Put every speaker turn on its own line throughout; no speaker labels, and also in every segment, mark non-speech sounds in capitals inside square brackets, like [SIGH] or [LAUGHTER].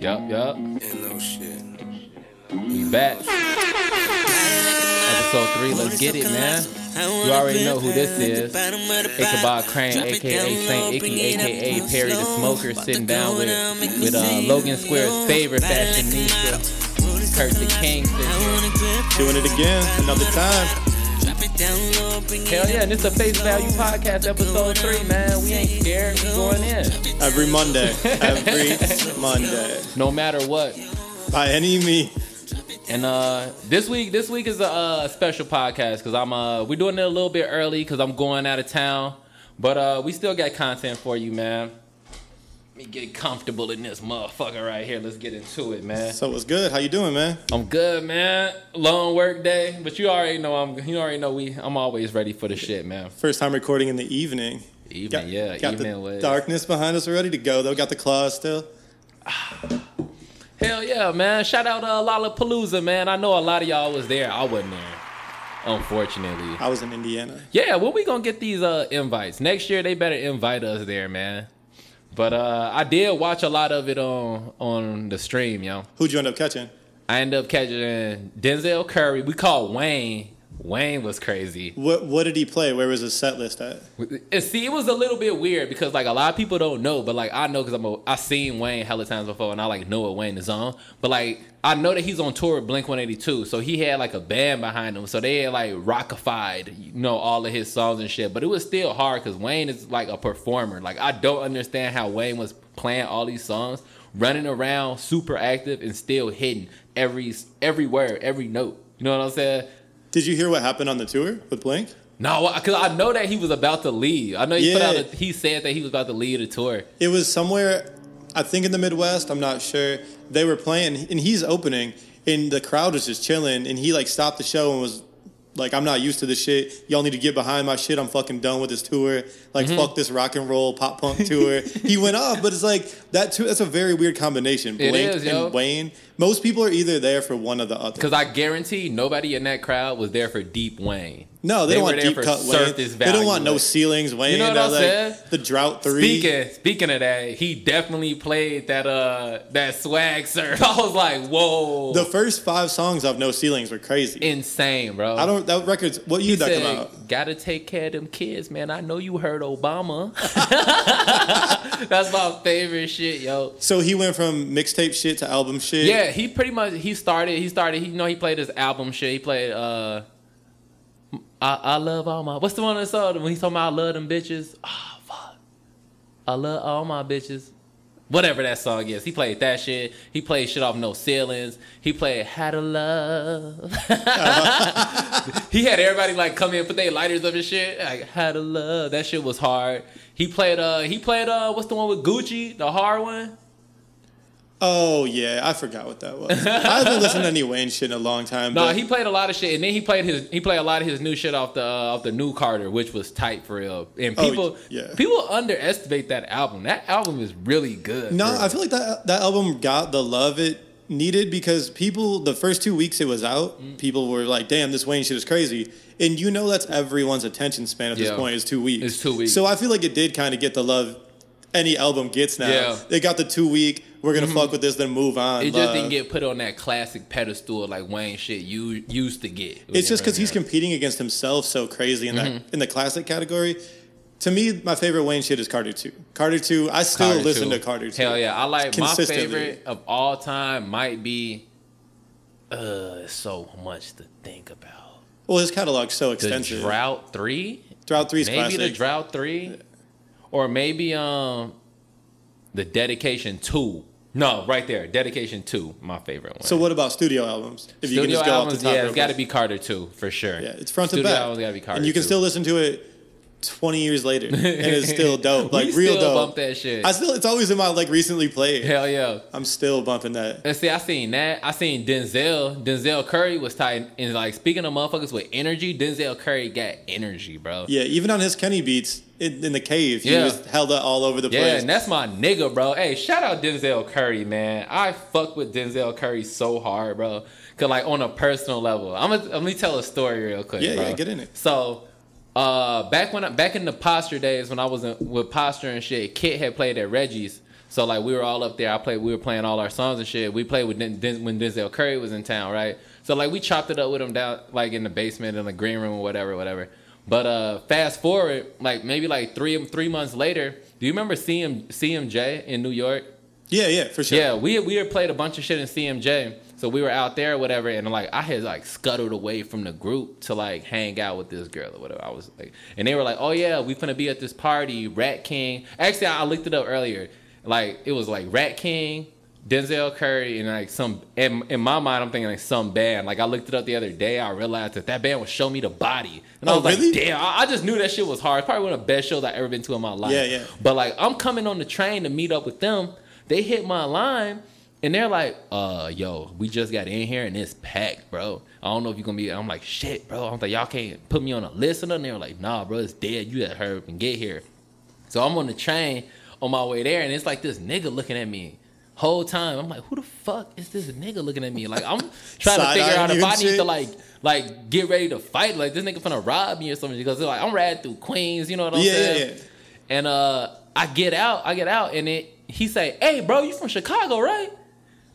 Yup, yup.
Ain't no shit.
We back. Episode three, let's get it, man. You already know who this is. Ichabod Crane, aka Saint Icky, aka Perry the Smoker, sitting down with with uh, Logan Square's favorite fashionista, Kurt the King.
Doing it again, another time.
Hell yeah, and it's a Face Value Podcast, episode three, man. We ain't scared. We going in,
Every Monday. Every Monday.
no matter what.
By any means.
And uh, this week, this week is a uh, special podcast because I'm uh, we're doing it a little bit early because I'm going out of town, but uh, we still got content for you, man. Let me get comfortable in this motherfucker right here. Let's get into it, man.
So what's good? How you doing, man?
I'm good, man. Long work day, but you already know I'm. You already know we. I'm always ready for the shit, man.
First time recording in the evening.
Evening, yeah,
got
evening
the
was-
darkness behind us. We're ready to go though. Got the claws still.
Hell yeah, man. Shout out to uh, Lollapalooza, man. I know a lot of y'all was there. I wasn't there, unfortunately.
I was in Indiana.
Yeah, when we gonna get these uh invites next year? They better invite us there, man. But uh I did watch a lot of it on on the stream, yo.
Who'd you end up catching?
I ended up catching Denzel Curry. We called Wayne. Wayne was crazy.
What What did he play? Where was his set list at?
And see, it was a little bit weird because like a lot of people don't know, but like I know because I'm a I seen Wayne hella times before, and I like know what Wayne is on. But like I know that he's on tour with Blink 182, so he had like a band behind him, so they had like rockified, you know, all of his songs and shit. But it was still hard because Wayne is like a performer. Like I don't understand how Wayne was playing all these songs, running around, super active, and still hitting every every word, every note. You know what I'm saying?
Did you hear what happened on the tour with Blink?
No, because I know that he was about to leave. I know he put
Yeah.
out. A, he said that he was about to leave the tour.
It was somewhere, I think in the Midwest. I'm not sure. They were playing, and he's opening, and the crowd was just chilling, and he like stopped the show and was like, "I'm not used to this shit. Y'all need to get behind my shit. I'm fucking done with this tour. Like,
Mm-hmm.
fuck this rock and roll pop punk tour." he went off, but it's like that. Too, that's a very weird combination.
It
Blink
is,
and
yo.
Wayne. Most people are either there for one or the other.
Because I guarantee nobody in that crowd was there for Deep Wayne.
No, they,
They
don't
were
want
there
deep
for
cut Wayne.
surface
They don't
value,
want no
like-
ceilings Wayne.
know what
They're
I'm
like,
saying?
The drought three.
Speaking speaking of that, he definitely played that uh that swag surf. [LAUGHS] I was like, whoa,
The first five songs of No Ceilings were crazy.
insane, bro.
I don't. That record's what you talking
said,
about?
Gotta take care of them kids, man. I know you heard Obama. [LAUGHS] That's my favorite shit, yo.
So he went from mixtape shit to album shit.
Yeah, he pretty much he started he started he you know he played his album shit. He played uh I, I love all my what's the one that song when he's talking about I love them bitches. Ah fuck. I love all my bitches. Whatever that song is. He played that shit. He played shit off No Ceilings. He played How to Love. [LAUGHS] he had everybody like come in, put their lighters up and shit. Like How to Love. That shit was hard. He played uh he played uh what's the one with Gucci? The hard one?
Oh yeah, I forgot what that was. I haven't listened to any Wayne shit in a long time.
No,
but
he played a lot of shit, and then he played his he played a lot of his new shit off the uh, off the new Carter, which was tight for real. And
Oh,
people
yeah.
people underestimate that album. That album is really good.
no,
bro.
I feel like that that album got the love it needed because people the first two weeks it was out,
Mm.
people were like, "Damn, this Wayne shit is crazy," and you know that's everyone's attention span at this
Yeah.
point is two weeks.
It's two weeks.
So I feel like it did kind of get the love any album gets now.
Yeah. Mm-hmm.
They got the two week. We're gonna fuck with this, then move on.
it just
love.
didn't get put on that classic pedestal like Wayne shit you used to get.
It's just because
Yeah. Mm-hmm.
he's competing against himself so crazy in that in the classic category. To me, my favorite Wayne shit is Carter Two. Carter Two, I still
Carter
listen
too.
to Carter Two.
Hell yeah, I like my
Consistently.
favorite of all time might be. Uh, it's so much to think about.
Well, his catalog's so
The
extensive. Drought,
Drought Three.
Three's
maybe
classic.
the drought three, or maybe um the dedication two. No, right there, dedication two, my favorite one.
so, what about studio albums? If you can
Studio
just go
albums,
off the top,
yeah,
real
it's got to
quick.
be Carter two for sure.
Yeah, it's front
Studio
to back,
albums got to be Carter.
and you can
2.
still listen to it twenty years later, and
[LAUGHS]
it's still dope, like
We
real
still
dope.
bump that shit.
I still, it's always in my like recently played.
Hell yeah.
I'm still bumping that.
And see, I seen that. I seen Denzel. Denzel Curry was tight. And like speaking of motherfuckers with energy, Denzel Curry got energy, bro.
Yeah, even on his Kenny beats in, in the cave, he
Yeah.
was held up all over the
Yeah,
place.
and that's my nigga, bro. Hey, shout out Denzel Curry, man. I fuck with Denzel Curry so hard, bro. Cause like on a personal level, I'm gonna let me tell a story real quick.
Yeah,
bro.
yeah, get in it.
So, uh, back when I, back in the posture days when I was in, with posture and shit, Kit had played at Reggie's. So like we were all up there. I played. We were playing all our songs and shit. We played with Den- Den- when Denzel Curry was in town, right? So like we chopped it up with him down like in the basement in the green room or whatever, whatever. But uh, fast forward, like maybe like three three months later. Do you remember CM CMJ in New York?
Yeah, yeah, for sure.
Yeah, we we had played a bunch of shit in CMJ. So we were out there or whatever, and like I had like scuttled away from the group to like hang out with this girl or whatever. I was like, and they were like, "Oh yeah, we finna be at this party, Rat King." Actually, I looked it up earlier. Like it was like Rat King, Denzel Curry, and like some. In, in my mind, I'm thinking like some band. Like I looked it up the other day. I realized that that band was Show Me the Body, and I
Oh,
was like,
really?
"Damn!" I, I just knew that shit was hard. It's Probably one of the best shows I've ever been to in my life.
Yeah, yeah.
But like I'm coming on the train to meet up with them. They hit my line and they're like, uh, yo, we just got in here and it's packed, bro. I don't know if you're gonna be I'm like, shit, bro. I'm like, y'all can't put me on a list or nothing. They were like, nah, bro, it's dead. You gotta hurry up and get here. So I'm on the train on my way there, and it's like this nigga looking at me whole time. I'm like, who the fuck is this nigga looking at me? Like I'm trying to
Side
figure out
eyeing
if
you
I
and
need to
shit.
like like get ready to fight. Like this nigga finna rob me or something because like I'm riding through Queens, you know what I'm
Yeah, yeah,
saying?
yeah.
And uh I get out, I get out, and it he say, Hey bro, you from Chicago, right?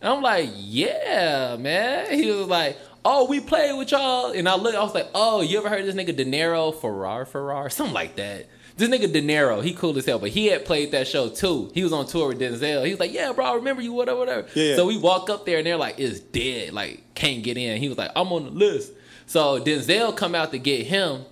And I'm like, Yeah, man. He was like, Oh, we played with y'all. And I look, I was like, Oh, you ever heard of this nigga De Niro Ferrar Ferrar? Something like that. This nigga De Niro, he cool as hell, but he had played that show too. He was on tour with Denzel. He was like, Yeah, bro, I remember you, whatever, whatever.
Yeah, yeah.
So we walk up there and they're like, It's dead, like, can't get in. He was like, I'm on the list. So Denzel come out to get him,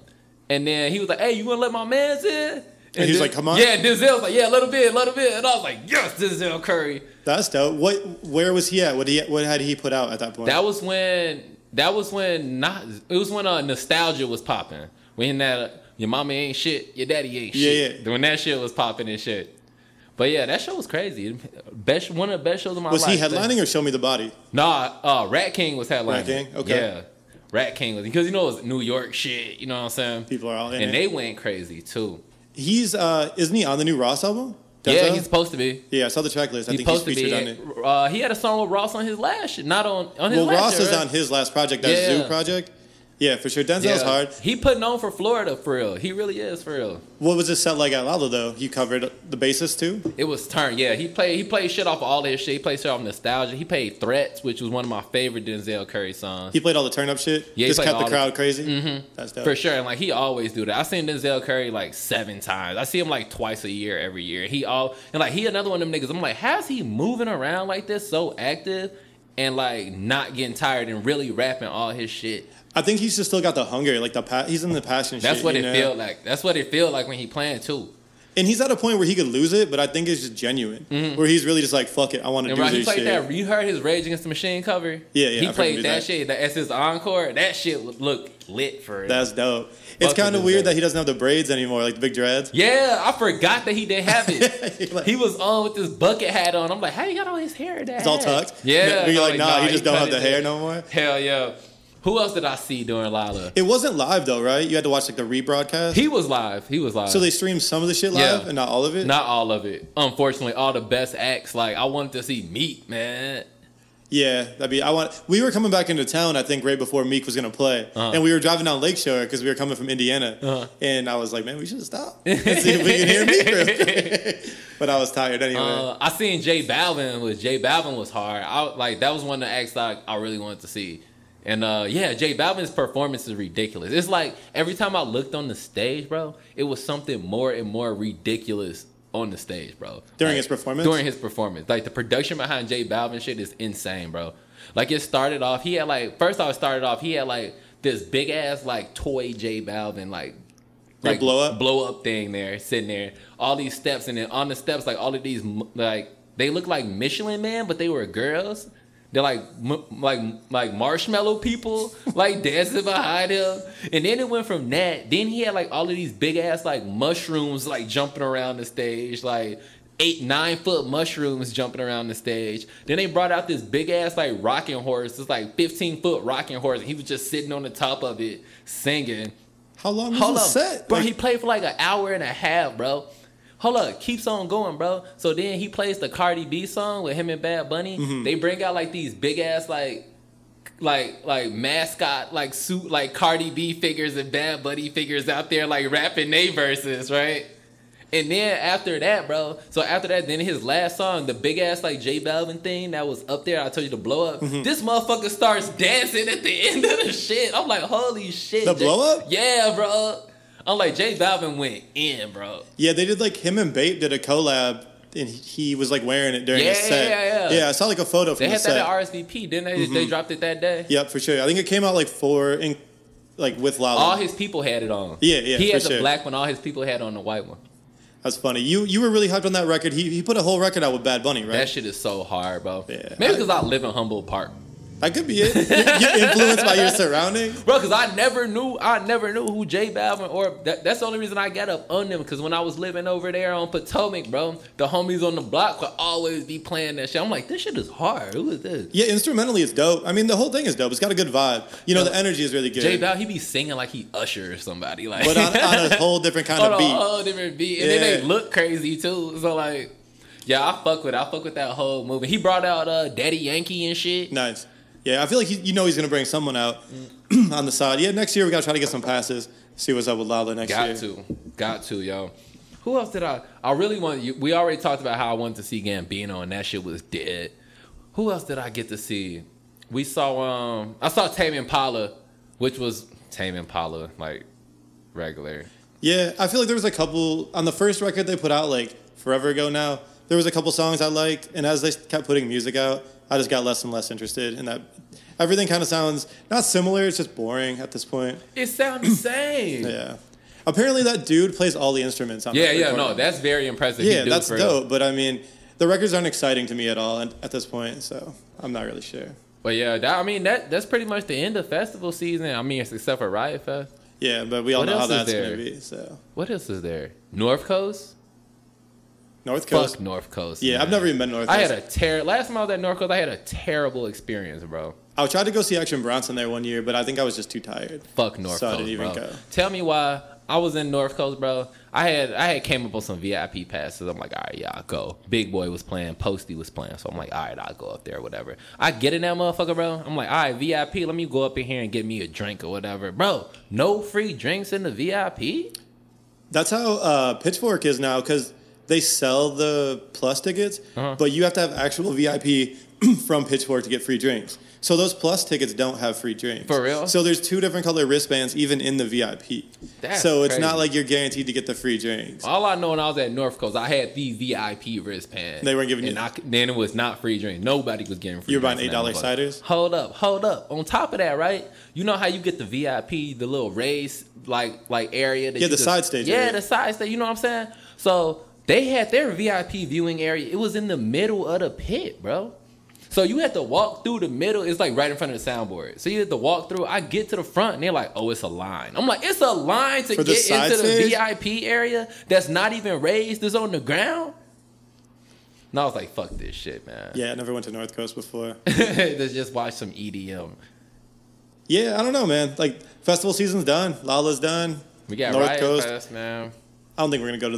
and then he was like, Hey, you wanna let my man's in?
And he was
Den-
like, "Come on."
Yeah, Denzel's like, yeah, let him in, let him in. And I was like, yes, Denzel Curry.
That's dope. What? Where was he at? What he? What had he put out at that point?
That was when that was when not it was when uh, nostalgia was popping. When that uh, your mama ain't shit, your daddy ain't
Yeah,
shit. When that shit was popping and shit. But yeah, that show was crazy. Best one of the best shows of my
was he
life.
headlining or show me the body?
Nah, uh, Rat King was headlining.
Rat King? Okay.
Yeah, Rat King was because you know it was New York shit. You know what I'm saying?
People are all in
and
it.
they went crazy too.
He's uh, isn't he on the new Ross album?
Yeah,
Denzel?
he's supposed to be.
yeah. I saw the track list. I
He's
think he's
supposed to
featured
be.
on it.
Uh, he had a song with Ross on his last, shit, not on on his.
Well,
last
Ross
shit,
is
right?
on his last project, that
Yeah.
Zoo project. Yeah, for sure. Denzel's hard.
He putting on for Florida for real. He really is for real.
What was his set like at Lala though? He covered the basis too.
It was turn. Yeah, he played. He played shit off of all his shit. He played shit off nostalgia. He played threats, which was one of my favorite Denzel Curry songs
He played all the turn up shit.
Yeah, he
just
played
kept
all
the
the-
crowd crazy. Mm-hmm. That's dope.
for sure. And like he always do that. I seen Denzel Curry like seven times. I see him like twice a year every year. He all and like he another one of them niggas. I'm like, how's he moving around like this, so active, and like not getting tired and really rapping all his shit.
I think he's just still got the hunger, like the pa- he's in the passion.
That's
shit,
what
you
it
know?
feel like. That's what it feel like when he playing too.
And he's at a point where he could lose it, but I think it's just genuine.
Mm-hmm.
Where he's really just like, fuck it, I want to
And
do
right, he
this
played
shit.
that. You heard his Rage Against the Machine cover.
Yeah, yeah,
He
I've heard him
played
do
that,
that.
shit. That, that's his encore. That shit would look lit for it.
That's dope. It's
Fuck with
kind of
him,
weird
baby.
that he doesn't have the braids anymore, like the big dreads.
yeah, I forgot that he did have
[LAUGHS]
it. [LAUGHS]
Like,
he was on with this bucket hat on. I'm like, how you got all his hair? in That
it's all
hat?
tucked.
Yeah,
You're
no,
like, nah, he just don't
cut
have the
his
hair no more.
Hell yeah. Who else did I see during Lila?
It wasn't live though, right? You had to watch like the rebroadcast.
He was live. He was live.
so they streamed some of the shit live
Yeah.
and not all of it.
not all of it, unfortunately. All the best acts, like I wanted to see Meat, man.
Yeah, that'd be. I want. We were coming back into town, I think, right before Meek was gonna play,
Uh-huh.
and we were driving down Lakeshore because we were coming from Indiana, and I was like, man, we should stop
[LAUGHS]
and [LAUGHS] see if we can hear Meek. real quick." but I was tired anyway.
Uh, I seen Jay Balvin was Jay Balvin was hard. I like that was one of the acts that I, I really wanted to see. And uh, yeah, Jay Balvin's performance is ridiculous. It's like every time I looked on the stage, bro, it was something more and more ridiculous on the stage, bro.
During
Like,
his performance?
During his performance, like the production behind Jay Balvin shit is insane, bro. Like it started off, he had like first off it started off, he had like this big ass like toy Jay Balvin like
Like blow up?
blow up thing there, sitting there, all these steps, and then on the steps, like all of these, m- like they look like Michelin Man, but they were girls. They're like m- like like marshmallow
[LAUGHS]
people, like dancing behind him. And then it went from that. Then he had like all of these big ass like mushrooms, like jumping around the stage, like. Eight nine foot mushrooms jumping around the stage. Then they brought out this big ass like rocking horse. It's like fifteen foot rocking horse. And he was just sitting on the top of it singing.
How long was
Hold
the
up,
set?
bro.
Like,
he played for like an hour and a half, bro. Hold up, keeps on going, bro. So then he plays the Cardi B song with him and Bad Bunny.
Mm-hmm.
They bring out like these big ass like, like like mascot like suit like Cardi B figures and Bad Bunny figures out there like rapping they verses, right? And then after that, bro. So after that, then his last song, the big ass like J Balvin thing that was up there. I told you to blow up.
Mm-hmm.
This motherfucker starts dancing at the [LAUGHS] end of the shit. I'm like, holy shit.
The
J-
blow up?
Yeah, bro. I'm like, J Balvin went in, bro.
Yeah, they did like him and Bape did a collab, and he was like wearing it during
Yeah,
his set.
yeah, yeah.
I saw like a photo from
They
the
had
set.
that at RSVP, didn't they?
Mm-hmm.
They dropped it that day.
yep, for sure. I think it came out like four in, like with Lala.
All his people had it on.
Yeah, yeah,
He had
for
the
sure.
black one. All his people had on the white one.
That's funny. You you were really hyped on that record. He he put a whole record out with Bad Bunny, right?
That shit is so hard, bro.
Yeah.
Maybe because I live in Humboldt Park,
that
[LAUGHS]
could be it. You- You're influenced by your surroundings.
bro. Because I never knew, I never knew who J Balvin or that, that's the only reason I got up on them. Because when I was living over there on Potomac, bro, the homies on the block would always be playing that shit. I'm like, this shit is hard. Who is this?
Yeah, instrumentally it's dope. I mean, the whole thing is dope. It's got a good vibe. You know,
Yeah.
the energy is really good.
J Balvin, he be singing like he Usher or somebody, like
but on, on a whole
[LAUGHS]
different kind
on
of
a
beat.
whole different beat, and then they
Yeah.
look crazy too. So like, yeah, I fuck with, I fuck with that whole movie. He brought out uh, Daddy Yankee and shit.
Nice. Yeah, I feel like he, you know he's gonna bring someone out [CLEARS THROAT] on the side. Yeah, next year we gotta try to get some passes. See what's up with Lala next year.
Got to, got to, yo. Who else did I? I really want. you- We already talked about how I wanted to see Gambino, and that shit was dead. Who else did I get to see? We saw. um I saw Tame Impala, which was Tame Impala, like regular.
Yeah, I feel like there was a couple on the first record they put out like forever ago now. There was a couple songs I liked, and as they kept putting music out, I just got less and less interested. And that everything kind of sounds not similar; it's just boring at this point.
It
[CLEARS THROAT]
sounded the same.
Yeah. Apparently, that dude plays all the instruments. on
Yeah,
that
yeah,
recording.
no, that's very impressive. He
yeah,
do
that's
for-
dope. But I mean, the records aren't exciting to me at all, and at this point, so I'm not really sure.
But yeah, that, I mean that that's pretty much the end of festival season. I mean, except for Riot Fest.
Yeah, but we all
What
know
else
how
is
that's
there?
going to be. So
What else is there? North Coast.
North Coast.
Fuck North Coast.
Yeah, I've
man.
never even been to North
I
Coast.
had a ter. Last time I was at North Coast, I had a terrible experience, bro.
I tried to go see Action Bronson there one year, but I think I was just too tired.
Fuck North
So I
Coast,
didn't even
bro.
go.
Tell me why I was in North Coast, bro. I had I had came up with some VIP passes. I'm like, all right, yeah, I'll go. Big Boy was playing, Posty was playing, so I'm like, all right, I'll go up there, whatever. I get in that motherfucker, bro. I'm like, all right, VIP. Let me go up in here and get me a drink or whatever, bro. No free drinks in the VIP.
That's how uh, Pitchfork is now because they sell the plus tickets,
Uh-huh.
but you have to have actual VIP [CLEARS THROAT] from Pitchfork to get free drinks. So those plus tickets don't have free drinks.
For real?
So there's two different color wristbands even in the VIP.
That's
so it's
crazy.
not like you're guaranteed to get the free drinks.
All I know when I was at North Coast, I had the VIP wristband.
They weren't giving you-
and I c- then it was not free drink. Nobody was getting free.
You were buying
drinks in
$8
that motherfucker.
ciders?
Hold up, hold up. On top of that, right? You know how you get the VIP, the little race like like area. That
Yeah,
you
the
just-
side stage
Yeah,
area.
the side stage. You know what I'm saying? So they had their VIP viewing area. It was in the middle of the pit, bro. So you had to walk through the middle. It's like right in front of the soundboard. So you had to walk through. I get to the front and they're like, "Oh, it's a line." I'm like, "It's a line to
For the
get
side
into the
stage?
VIP." IP area that's not even raised is on the ground. And I was like, fuck this shit, man.
[LAUGHS]
[LAUGHS]
Yeah, I never went to North Coast before. [LAUGHS]
Let's just watch some E EDM.
yeah, I don't know, man. Like festival season's done, Lala's done.
We got
North
Riot
Coast.
Fest, man.
I don't think we're gonna go to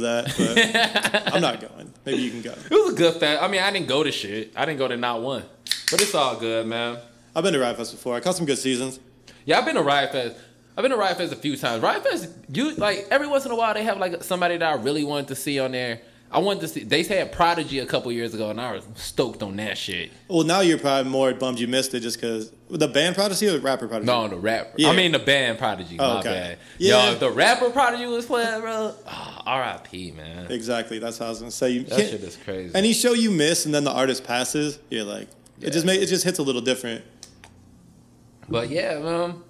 [LAUGHS]
that, but I'm not going. Maybe you can go.
It was a good fest. I mean, I didn't go to shit. I didn't go to not one. But it's all good, man.
I've been to Riot Fest before. I caught some good seasons.
Yeah, I've been to Riot Fest. I've been to Riot Fest a few times. Riot Fest, you like every once in a while they have like somebody that I really wanted to see on there. I wanted to see. They had Prodigy a couple years ago, and I was stoked on that shit.
Well, now you're probably more bummed you missed it just because the band Prodigy or the rapper Prodigy.
No, the rapper.
Yeah.
I mean the band Prodigy.
Oh,
my
okay.
bad.
Yeah.
Yo, if the rapper Prodigy was playing, bro. ah, R.I.P. Man.
exactly. That's how I was gonna say. You
That
can't-
shit is crazy.
Any show you miss and then the artist passes, you're like, it just
Yeah.
ma- it just hits a little different.
But yeah, um,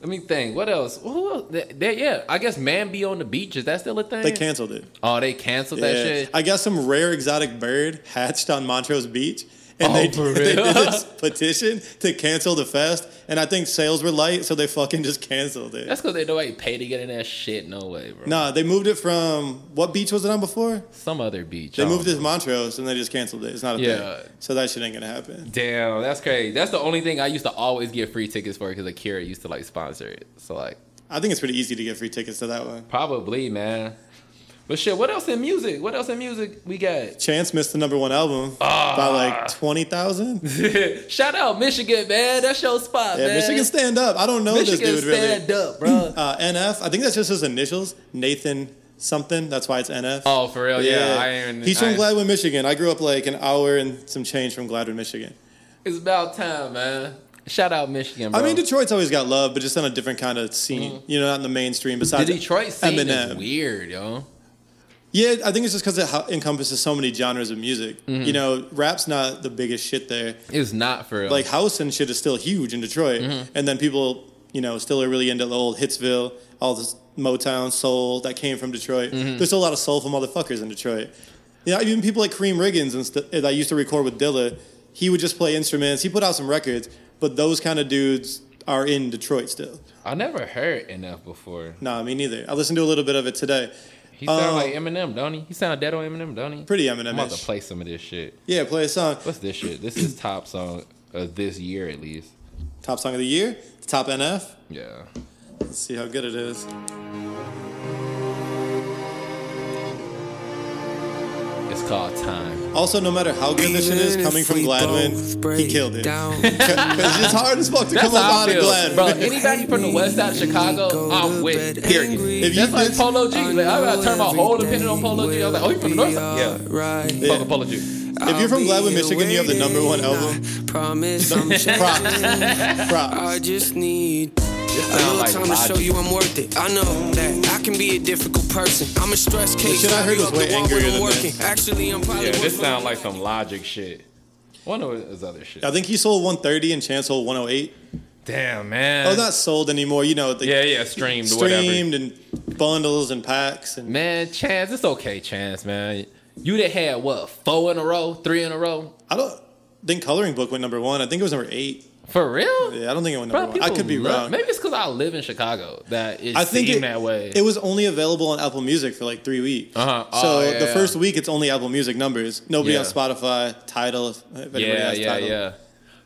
let me think. What else? Who else? Th- there- yeah, I guess Man Be on the Beach. Is that still a thing?
They canceled it.
Oh, they canceled
Yeah.
that shit.
I guess some rare exotic bird hatched on Montrose Beach, and
Oh,
they, [LAUGHS]
for
they
real?
did this petition to cancel the fest. And I think sales were light, so they fucking just canceled it.
That's because they nobody paid to get in that shit. No way, bro.
nah, they moved it from what beach was it on before?
Some other beach. oh.
They
I
moved
don't
it to Montrose, and they just canceled it. It's not a
Yeah.
thing. So that shit ain't gonna happen.
Damn, that's crazy. That's the only thing I used to always get free tickets for because Akira used to like sponsor it. So like,
I think it's pretty easy to get free tickets to that one.
probably, man. But shit, what else in music? What else in music we got? [LAUGHS]
Chance missed the number one album
Ah.
by like twenty
[LAUGHS]
thousand.
Shout out Michigan, man. That's your spot,
Yeah,
man.
Michigan stand up. I don't know
Michigan
this dude really. [CLEARS THROAT]
stand up, bro.
Uh, NF. I think that's just his initials. Nathan something. That's why it's NF.
Oh, for real? Yeah. I ain't even,
He's
I
from
ain't-
Gladwin, Michigan. I grew up like an hour and some change from Gladwin, Michigan.
It's about time, man. Shout out Michigan, bro.
I mean, Detroit's always got love, but just on a different kind of scene. You know, not in the mainstream.
Mm-hmm. the
Besides
Detroit scene is
Eminem.
weird, yo.
Yeah, I think it's just because it ho- encompasses so many genres of music. You know, rap's not the biggest shit there.
It's not for real.
Like house and shit is still huge in Detroit, and then people, you know, still are really into the old Hitsville, all this Motown soul that came from Detroit. There's still a lot of soulful motherfuckers in Detroit. You know, even people like Kareem Riggins and st- that used to record with Dilla, he would just play instruments. He put out some records, but those kind of dudes are in Detroit still.
I never heard enough before.
Nah, me neither. I listened to a little bit of it today.
He sound
Um,
like Eminem, don't he? He sound dead on Eminem, don't he?
Pretty
I'm about to
Eminem.
play some of this shit.
Yeah, play a song.
What's this shit? This is top song of this year at least.
Top song of the year, top NF.
Yeah.
Let's see how good it is.
It's called Time.
Also, no matter how good this shit is, coming from Gladwin, he killed it. [LAUGHS] Because it's hard as fuck to
That's
come
how
up
I
out of
feel.
Gladwin.
Bro, anybody from the west side of Chicago, I'm with. Period.
If you
That's like
bitch-
Polo G. Like, I gotta turn my whole opinion on Polo G. I was like, oh, you from the north side? Yeah.
Right.
Fuck with Polo G.
if you're from Gladwin, Michigan, you have the number one album.
Promise
[LAUGHS]
I'm
Props. Props.
I just need
This
a little
sound like
time to show
logic.
you I'm worth it. I know that I can be a difficult person. I'm a stress case.
shit I
I'll
heard
be
was
off the
way
wall
angrier
when I'm
than
working.
this.
Actually, I'm probably
Yeah,
worth
this
it.
sound like some logic shit. One of his other shit.
I think he sold 130 and Chance sold 108.
Damn, man.
Oh, not sold anymore. You know, the
yeah, yeah, streamed, or whatever.
streamed and bundles and packs. And
Man, Chance, it's okay, Chance, man. You done had what, four in a row, three in a row?
I don't think Coloring Book went number one. I think it was number eight.
For real?
Yeah, I don't think it went
Bro,
number one. I
people
could be
love-
wrong.
Maybe it's because I live in Chicago that it
I think
seemed
it,
that way.
it was only available on Apple Music for like three weeks.
Uh-huh. Oh,
so
yeah,
the
yeah.
first week, it's only Apple Music numbers. Nobody on
Yeah.
Spotify, Title. If, if anybody
yeah,
has
yeah,
Tidal.
yeah,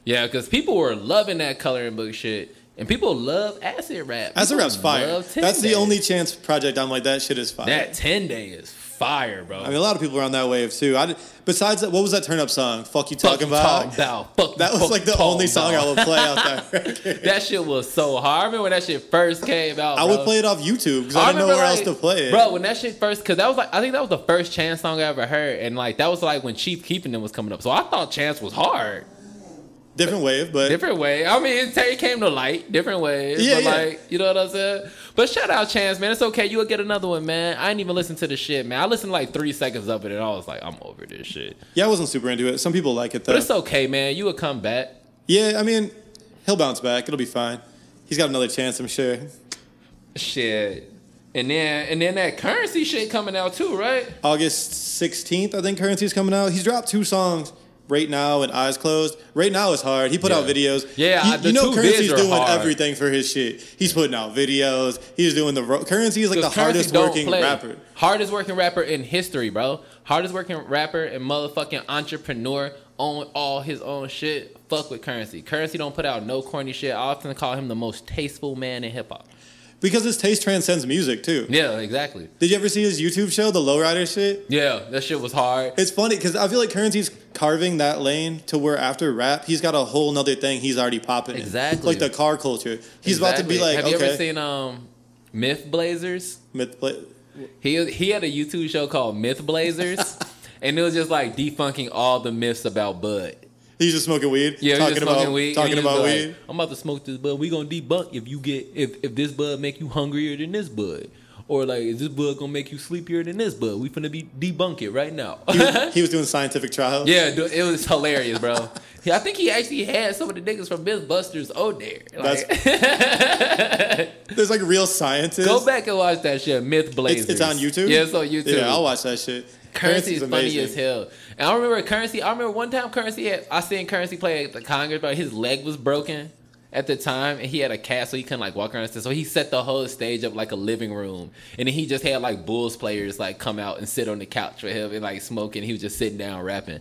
yeah. Because people were loving that coloring book shit, and people love acid rap.
Acid
People
Rap's fire.
love 10
That's the
Days.
only chance project I'm like that shit is fire.
That ten day is fire, bro.
I mean, a lot of people are on that wave too. I did, besides that, what was that turn up song? Fuck you
Fuck
talking
you
about.
talking about. Fuck you
That was
fuck
like the
talking
only song
about.
I would play out there.
[LAUGHS] That shit was so hard. I remember when that shit first came out.
I
bro.
would play it off YouTube because I, didn't know
remember,
where else
like,
to play it.
Bro, when that shit first, because that was like, I think that was the first Chance song I ever heard. And like, that was like when Chief Keeping Them was coming up. So I thought Chance was hard.
different wave, but
Different way. I mean, it, it came to light different ways.
Yeah,
but
yeah.
like, you know what I'm saying? But shout out Chance, man. It's okay. You'll get another one, man. I ain't even listen to the shit, man. I listened to, like three seconds of it and I was like, I'm over this shit.
yeah, I wasn't super into it. Some people like it though.
But it's okay, man. You will come back.
yeah, I mean, he'll bounce back. It'll be fine. He's got another chance, I'm sure.
Shit. And then and then that currency shit coming out too, right?
August 16th, I think Currency's coming out. He's dropped two songs. Right now and eyes closed. Right now is hard. He put
Yeah.
out videos.
Yeah,
He-
I- the
you know
two
Currency's
vids are
doing
hard.
everything for his shit. He's putting out videos. He's doing the ro- Currency is like the
'Cause Currency
hardest
don't
working
play.
rapper.
Hardest working rapper in history, bro. Hardest working rapper and motherfucking entrepreneur on all his own shit. Fuck with currency. Currency don't put out no corny shit. I often call him the most tasteful man in hip hop.
Because his taste transcends music too.
Yeah, exactly.
Did you ever see his YouTube show, the Lowrider shit?
Yeah, that shit was hard.
It's funny because I feel like Currency's carving that lane to where after rap, he's got a whole nother thing he's already popping. in.
Exactly.
Like the car culture. He's about to be
Exactly.
like,
Have
okay,
you ever seen um, Myth Blazers?
myth play-
He he had a YouTube show called Myth
[LAUGHS]
Blazers, and it was just like debunking all the myths about Bud.
he's just smoking weed.
Yeah,
talking
talking just
about
smoking weed. and
talking
he
about
was
weed.
like, I'm about to smoke this bud. We gonna debunk if you get if if this bud make you hungrier than this bud, or like is this bud gonna make you sleepier than this bud? We finna be debunk it right now.
he, was, he was doing scientific trials.
[LAUGHS] yeah, dude, it was hilarious, bro. Yeah, I think he actually had some of the niggas from Mythbusters Busters on there. Like, [LAUGHS]
There's like real scientists.
go back and watch that shit, Myth Blazers.
It's, it's on YouTube.
Yeah, it's on YouTube.
Yeah, I'll watch that shit.
Currency
Currency's
is funny
amazing.
as hell. And I remember currency. I remember one time currency. Had, I seen currency play at the Congress, but his leg was broken at the time, and he had a cast, so he couldn't like walk around. So he set the whole stage up like a living room, and then he just had like Bulls players like come out and sit on the couch for him and like smoking. He was just sitting down rapping.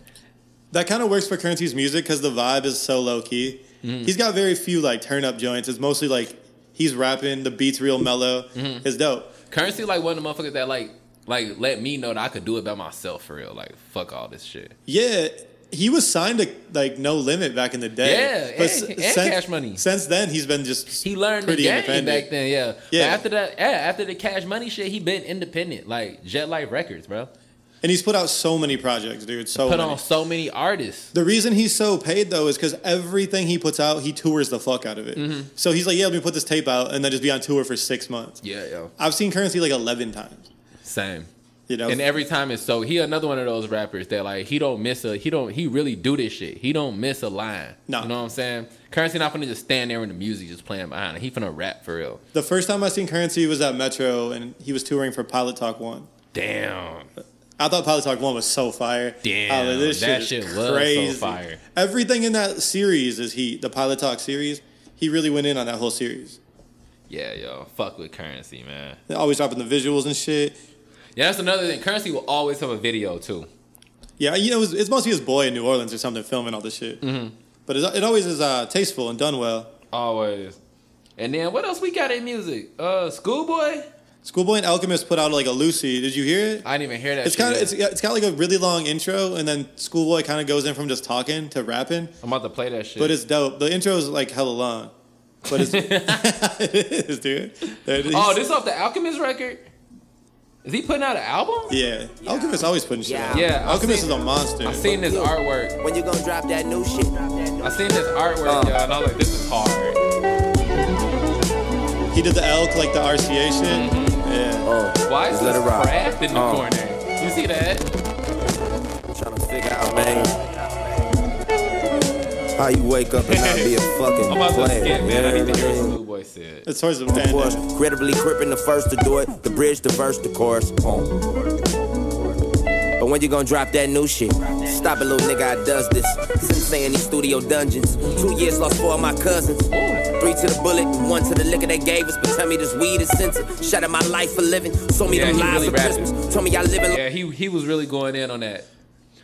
That kind of works for Currency's music because the vibe is so low key.
Mm-hmm.
He's got very few like turn up joints. It's mostly like he's rapping. The beats real mellow.
Mm-hmm.
It's dope.
Currency like one of the motherfuckers that like like let me know that I could do it by myself for real. Like fuck all this shit.
Yeah, he was signed to like No Limit back in the day.
Yeah,
but
and- and Cash Money.
Since then, he's been just
He learned the
pretty
game
independent.
back then, yeah.
Yeah.
But after that, yeah, after the Cash Money shit, he been independent, like Jet Life Records, bro.
And he's put out so many projects, dude. So
Put
many.
on so many artists.
The reason he's so paid though is because everything he puts out, he tours the fuck out of it.
Mm-hmm.
So he's like, yeah, let me put this tape out and then just be on tour for six months.
Yeah, yo,
I've seen Currency like eleven times.
same.
You know,
And every time it's so he another one of those rappers that like he don't miss a he don't he really do this shit. He don't miss a line.
No.
You know what I'm saying? Currency not finna just stand there and the music just playing behind. him. He finna rap for real.
the first time I seen Currency was at Metro and he was touring for Pilot Talk One.
Damn.
I thought Pilot Talk One was so fire.
Damn,
I was like,
that
is
shit was so fire.
Everything in that series is he the Pilot Talk series. He really went in on that whole series.
Yeah, yo. Fuck with currency, man.
They're Always dropping the visuals and shit.
Yeah, that's another thing. Currency will always have a video too.
Yeah, you know, it's, it's mostly his boy in New Orleans or something filming all this shit.
Mm-hmm.
But it's, it always is uh, tasteful and done well.
Always. And then what else we got in music? Uh Schoolboy?
Schoolboy and Alchemist put out like a Lucy. Did you hear it?
I didn't even hear that.
It's
shit
kind of
yet.
it's, it's got like a really long intro, and then Schoolboy kind of goes in from just talking to rapping.
I'm about to play that shit.
But it's dope. The intro is like hella long,
[LAUGHS]
but it's [LAUGHS] it is, dude. There it is.
Oh, this off the Alchemist record? Is he putting out an album?
yeah. Alchemist always putting shit out.
Yeah, I've
Alchemist
seen-
is a monster.
I seen this artwork.
When you gonna drop that new shit?
I seen this artwork,
Uh.
y'all, and I was like, this is hard.
He did the elk like the RCA shit.
Mm-hmm.
Yeah.
Oh,
Why is
just let
this
it rock.
craft in the
Uh.
corner? You see that?
Trying to figure out, man. How you wake up and not be a fucking
I'm about to
player?
skip, man. I
you
need to
know
hear
what I
what
mean?
Schoolboy said.
It's towards the
the
end.
push. Critically gripping the first to do it, the bridge, the verse, the chorus. Oh. But when you gonna drop that new shit? Stop it, little nigga, I does this. Sensei in these studio dungeons. Two years lost four of my cousins. Three to the bullet, one to the liquor they gave us. But tell me this weed is censored. Shut up my life for living. Sold me
Yeah,
them
he
lies
really
for
rapping.
Christmas. Told me y'all living
Yeah, he he was really going in on that.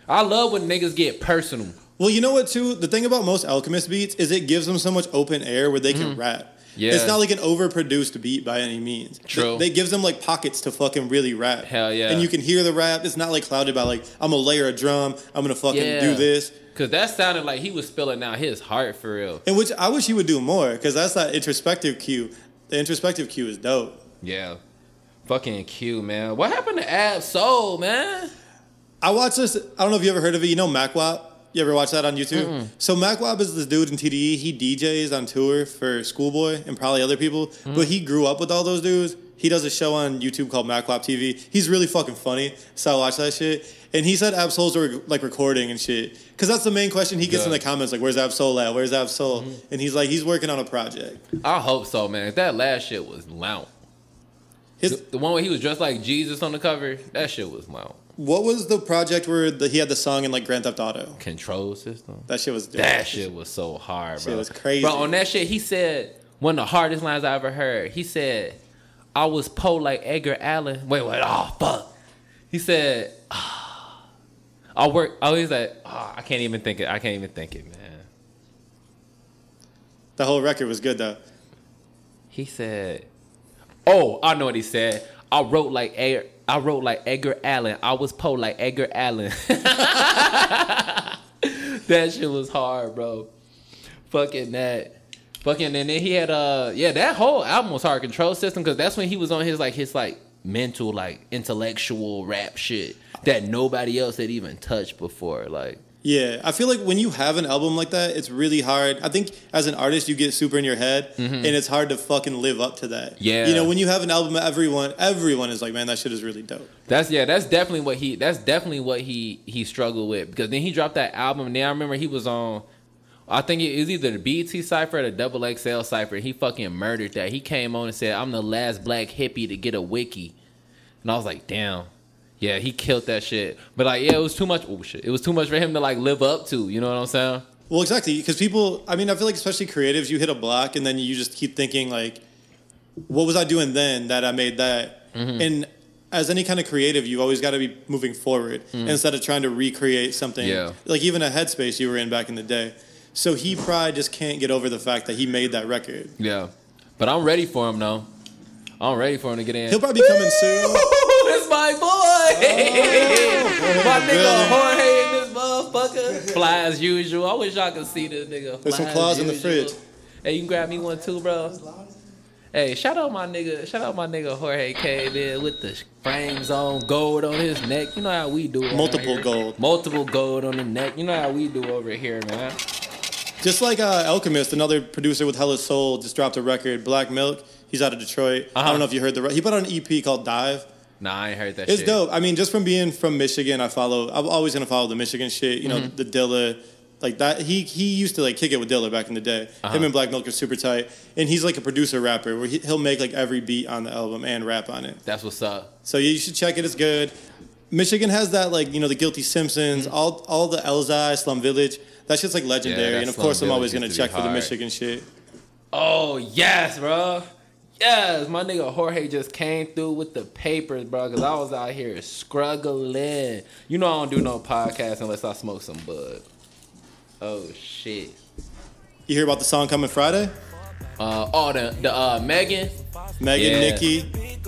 I love when niggas get personal.
Well, you know what, too? The thing about most Alchemist beats is it gives them so much open air where they can rap.
Mm-hmm. Yeah.
It's not like an overproduced beat by any means.
True.
They, they gives them like pockets to fucking really rap.
Hell yeah.
And you can hear the rap. It's not like clouded by like I'm gonna layer a drum. I'm gonna fucking
Yeah.
do this.
Cause that sounded like he was spilling out his heart for real.
And which I wish he would do more because that's that introspective cue. The introspective cue is dope.
Yeah. Fucking Q, man. What happened to Ab Soul, man?
I watched this. I don't know if you ever heard of it. You know MacWap. You ever watch that on YouTube? So MacWap is this dude in TDE. He DJs on tour for Schoolboy and probably other people,
Mm-hmm.
but he grew up with all those dudes. He does a show on YouTube called MacWap TV. He's really fucking funny. So I watch that shit. And he said Absol's were like recording and shit. Cause that's the main question he gets in
Yeah. Mm-hmm.
the comments like, where's Absol at? Where's Absol? And he's like, he's working on a project.
I hope so, man. That last shit was loud.
His,
The, the one where he was dressed like Jesus on the cover, that shit was loud.
what was the project where the, he had the song in like Grand Theft Auto?
Control system.
That shit was
That shit was so hard, bro.
Shit was crazy.
Bro, on that shit, he said one of the hardest lines I ever heard. He said, "I was po like Edgar Allan." Wait, wait, oh fuck. He said, ah, "I work." Oh, he's like, oh, "I can't even think it. I can't even think it, man."
The whole record was good though.
He said, "Oh, I know what he said. I wrote like Edgar. I wrote like Edgar Allan. I was po like Edgar Allan. [LAUGHS] that shit was hard, bro. Fucking that." Fucking and then he had uh yeah that whole album was hard control system because that's when he was on his like his like mental like intellectual rap shit that nobody else had even touched before like
Yeah, I feel like when you have an album like that, it's really hard. I think as an artist, you get super in your head, and it's hard to fucking live up to that.
Mm-hmm. Yeah.
you know, when you have an album, everyone everyone is like, man, that shit is really dope.
That's yeah. That's definitely what he. That's definitely what he he struggled with because then he dropped that album. And then I remember he was on. I think it was either the BT cipher or the Double XL cipher. He fucking murdered that. He came on and said, "I'm the last black hippie to get a wiki," and I was like, "Damn." Yeah, he killed that shit. But like, yeah, it was too much. Oh shit, it was too much for him to like live up to. You know what I'm saying?
Well, exactly, because people. I mean, I feel like especially creatives, you hit a block, and then you just keep thinking like, what was I doing then that I made that?
Mm-hmm.
And as any kind of creative, you always got to be moving forward instead of trying to recreate something.
Mm. Yeah.
Like even a headspace you were in back in the day. So he probably just can't get over the fact that he made that record.
Yeah. But I'm ready for him though. I'm ready for him to get in.
He'll probably be coming
[LAUGHS]
soon.
That's my boy. my nigga
really?
Jorge in this motherfucker. Oh, Fly as usual. I wish y'all could see this nigga.
There's
Fly
some
as
claws in the
usual.
fridge.
Hey, you can grab me one too, bro. Hey, shout out my nigga, shout out my nigga Jorge K there with the frames on, gold on his neck. You know how we do it.
Multiple
here.
gold.
Multiple gold on the neck. You know how we do over here, man.
Just like uh, Alchemist, another producer with Hella Soul, just dropped a record, Black Milk. He's out of Detroit. I
Uh-huh.
don't know if you heard the. Re- he put out an EP called Dive.
Nah, I ain't heard that
It's
shit.
dope. I mean, just from being from Michigan, I follow. I'm always gonna follow the Michigan shit. You know,
Mm-hmm.
the Dilla, like that. He he used to like kick it with Dilla back in the day.
Uh-huh.
Him and Black Milk are super tight, and he's like a producer rapper where he, he'll make like every beat on the album and rap on it.
That's what's up.
So you should check it. It's good. Michigan has that like you know the Guilty Simpsons,
Mm-hmm.
all all the Elzai, Slum Village. That shit's like legendary,
that
and of
Slum
course I'm always
Village
gonna
used to
check
be
for the
hard.
Michigan shit.
Oh yes, bro. Yes, my nigga Jorge just came through with the papers, bro. Cause I was out here struggling. You know I don't do no podcast unless I smoke some bud. Oh shit.
You hear about the song coming Friday?
Uh, oh the the uh, Megan.
Megan,
Yeah.
Nikki,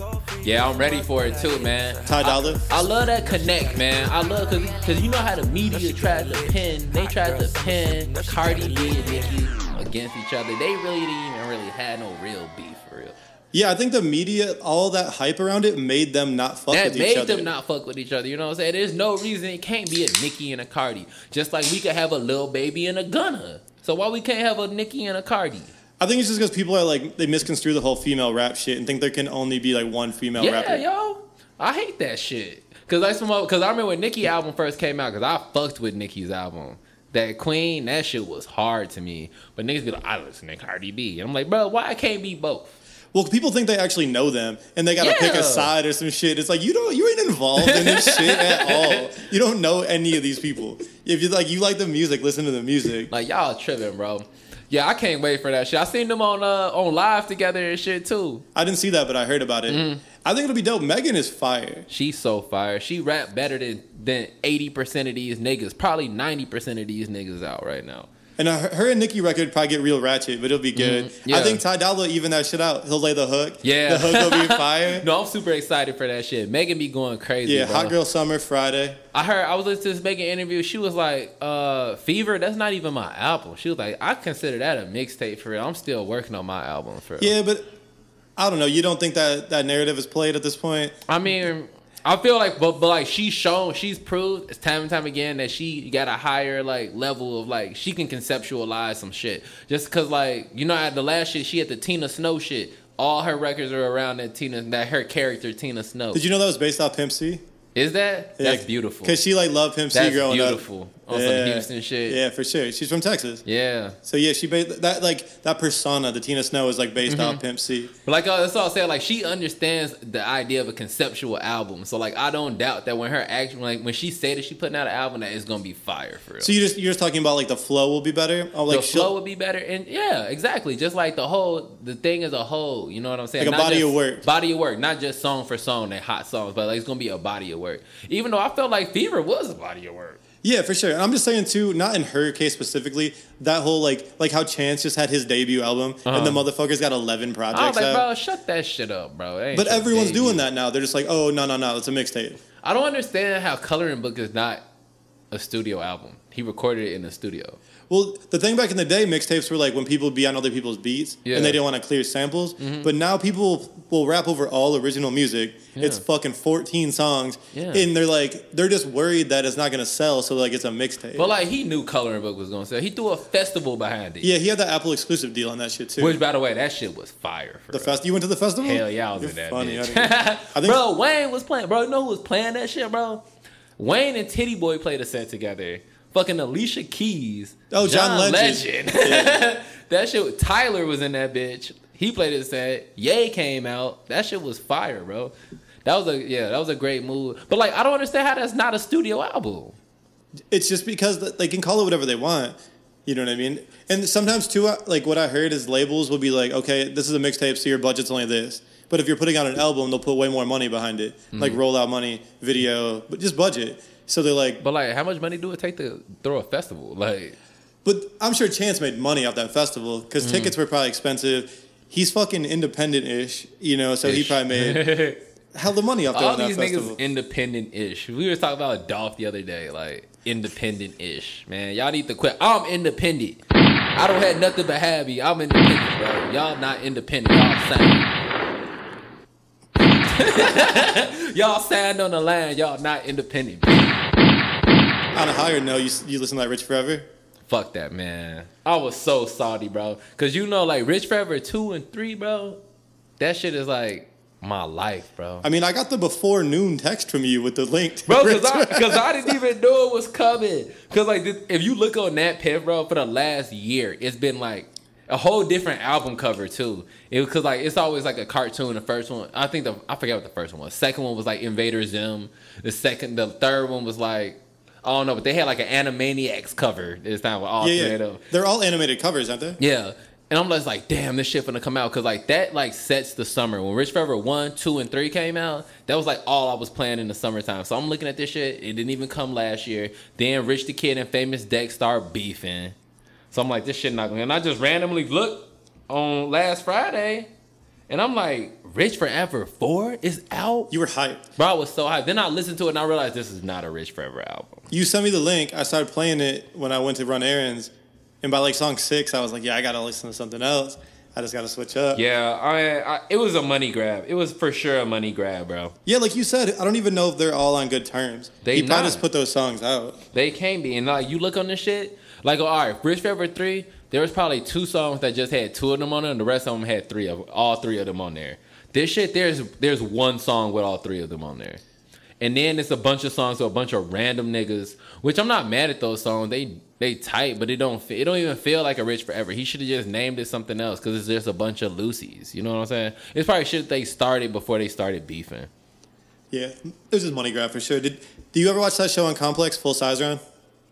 Yeah, I'm ready for it too, man.
Ty Dolla.
I love that connect, man. I love cause, cause you know how the media tried to pin, they tried to pin Cardi B and Nicki against each other. They really didn't even really had no real beef for real.
Yeah, I think the media, all that hype around it, made them not fuck
That
with
made
each other.
them not fuck with each other. You know what I'm saying? There's no reason it can't be a Nicki and a Cardi. Just like we could have a little baby and a Gunna. So why we can't have a Nicki and a Cardi?
I think it's just because people are like they misconstrue the whole female rap shit and think there can only be like one female
yeah,
rapper.
yo, I hate that shit. Cause I smell, cause I remember when Nicki album first came out. Cause I fucked with Nicki's album. That Queen, that shit was hard to me. But niggas be like, I listen to Cardi B, and I'm like, bro, why I can't be both?
Well, people think they actually know them and they got to pick
Yeah.
a side or some shit. It's like you don't, you ain't involved in this
[LAUGHS]
shit at all. You don't know any of these people. If you like, you like the music, listen to the music.
Like y'all tripping, bro. Yeah, I can't wait for that shit. I seen them on uh on live together and shit too.
I didn't see that, but I heard about it.
Mm-hmm.
I think it'll be dope. Megan is fire.
She's so fire. She rap better than than eighty percent of these niggas. Probably ninety percent of these niggas out right now.
And her her and Nicki record probably get real ratchet, but it'll be good.
Mm-hmm. Yeah.
I think Ty Dolla even that shit out. He'll lay the hook.
Yeah.
the hook
[LAUGHS]
will be fire.
No, I'm super excited for that shit. Megan be going crazy.
yeah,
bro.
Hot Girl Summer Friday.
I heard I was listening to this Megan interview. She was like, uh, "Fever, that's not even my album." She was like, "I consider that a mixtape for real. I'm still working on my album for real."
Yeah, but I don't know. You don't think that that narrative is played at this point?
I mean, I feel like, but but like she's shown, she's proved time and time again that she got a higher like level of like she can conceptualize some shit. Just cause like you know at the last shit she had the Tina Snow shit. All her records are around that Tina that her character Tina Snow.
Did you know that was based off Pimp C?
Is that that's beautiful?
Because she like loved Pimp C
That's
growing
beautiful.
up.
On some Houston shit.
Yeah, for sure. She's from Texas.
yeah.
So yeah, she ba- that like that persona, the Tina Snow, is like based
Mm-hmm.
off Pimp C.
But like uh, that's all I said. Like she understands the idea of a conceptual album. So like I don't doubt that when her action, like when she said that she putting out an album, that it's gonna be fire for real.
So you just you're just talking about like the flow will be better. Oh, like
the
she'll-
flow would be better, and yeah, exactly. Just like the whole the thing as a whole. You know what I'm saying?
Like a body
just-
of work.
Body of work, not just song for song and hot songs, but like it's gonna be a body of work. Even though I felt like Fever was a body of work.
yeah, for sure. And I'm just saying too, not in her case specifically, that whole like like how Chance just had his debut album and the motherfucker's got
I
11
was
projects
like,
out.
Uh-huh. Oh, bro, shut that shit up, bro. That ain't
But
your
everyone's
debut.
doing that now. They're just like, oh no no no, it's a mixtape.
I don't understand how Coloring Book is not a studio album. He recorded it in the studio.
Well, the thing back in the day, mixtapes were like when people would be on other people's
Yeah.
beats
Mm-hmm.
and they didn't want to clear samples. But now people will rap over all original music. It's
Yeah.
fucking 14 songs.
Yeah.
And they're like, they're just worried that it's not going to sell. So, like, it's a mixtape.
But like he knew Coloring Book was gonna sell. He threw a festival behind it.
yeah, he had the Apple exclusive deal on that shit, too.
Which, by the way, that shit was fire. For
the
real.
fest- you went to the festival?
Hell yeah, I was
You're
in that
funny.
[LAUGHS] bitch.
I didn't- I think-
bro, Wayne was playing. Bro, you know who was playing that shit, bro? Wayne and Titty Boy played a set together. Fucking Alicia Keys.
Oh, John Legend.
[LAUGHS] that shit. Tyler was in that bitch. He played his set. Ye came out. That shit was fire, bro. That was a yeah. That was a great move. But like, I don't understand how that's not a studio album.
it's just because th- they can call it whatever they want. You know what I mean? And sometimes too, I- like what I heard is labels will be like, okay, this is a mixtape, so your budget's only this. But if you're putting out an album, they'll put way more money behind it,
Mm-hmm.
like rollout money, video, but just budget. So they're like,
But like, how much money do it take to throw a festival? Like,
but I'm sure Chance made money off that festival
Mm.
because tickets were probably expensive. He's fucking independent ish, you know, so he
Ish. [LAUGHS]
probably made. hella money off
All
doing that
these
festival.
niggas independent ish. We were talking about Dolph the other day, like independent ish. Man, y'all need to quit. I'm independent. I don't have nothing but happy. I'm independent, bro. Y'all not independent. Y'all signed. [LAUGHS] y'all signed on the line. Y'all not independent.
On a higher note, you, you listen to like Rich Forever.
Fuck that, man. I was so salty, bro. Cause you know, like Rich Forever two and three, bro. That shit is like my life, bro.
I mean, I got the before noon text from you with the link.
[LAUGHS]
To
bro.
Rich
Because I,
Forever.
cause I didn't even know it was coming. Because like, this, if you look on that pit, bro, for the last year, it's been like a whole different album cover too. It because like it's always like a cartoon. The first one, I think the I forget what the first one was. Second one was like Invader Zim. The second, the third one was like. I don't know, but they had like an Animaniacs cover this time with all
yeah,
three
yeah.
of them.
They're all animated covers, aren't they?
Yeah. And I'm just like, damn, this shit finna come out. Cause like that like sets the summer. When Rich Forever 1, 2, and 3 came out, that was like all I was playing in the summertime. So I'm looking at this shit. It didn't even come last year. Then Rich the Kid and Famous Deck start beefing. So I'm like, this shit not gonna. And I just randomly looked on last Friday and I'm like, Rich Forever 4 is out?
You were hyped.
Bro, I was so hyped. Then I listened to it and I realized this is not a Rich Forever album.
You sent me the link. I started playing it when I went to run errands, and by like song six, I was like, "Yeah, I gotta listen to something else. I just gotta switch up."
Yeah, I, I it was a money grab. It was for sure a money grab, bro.
Yeah, like you said, I don't even know if they're all on good terms.
They
he probably
not.
just put those songs out.
They can be. And like you look on this shit, like all right, Bridge Forever three, there was probably two songs that just had two of them on it, and the rest of them had three of all three of them on there. This shit, there's there's one song with all three of them on there. And then it's a bunch of songs with a bunch of random niggas, which I'm not mad at those songs. They they tight, but it don't fe- it don't even feel like a Rich Forever. He should have just named it something else because it's just a bunch of Lucy's. You know what I'm saying? It's probably shit they started before they started beefing.
Yeah, it was just money grab for sure. Did do you ever watch that show on Complex Full Size Round?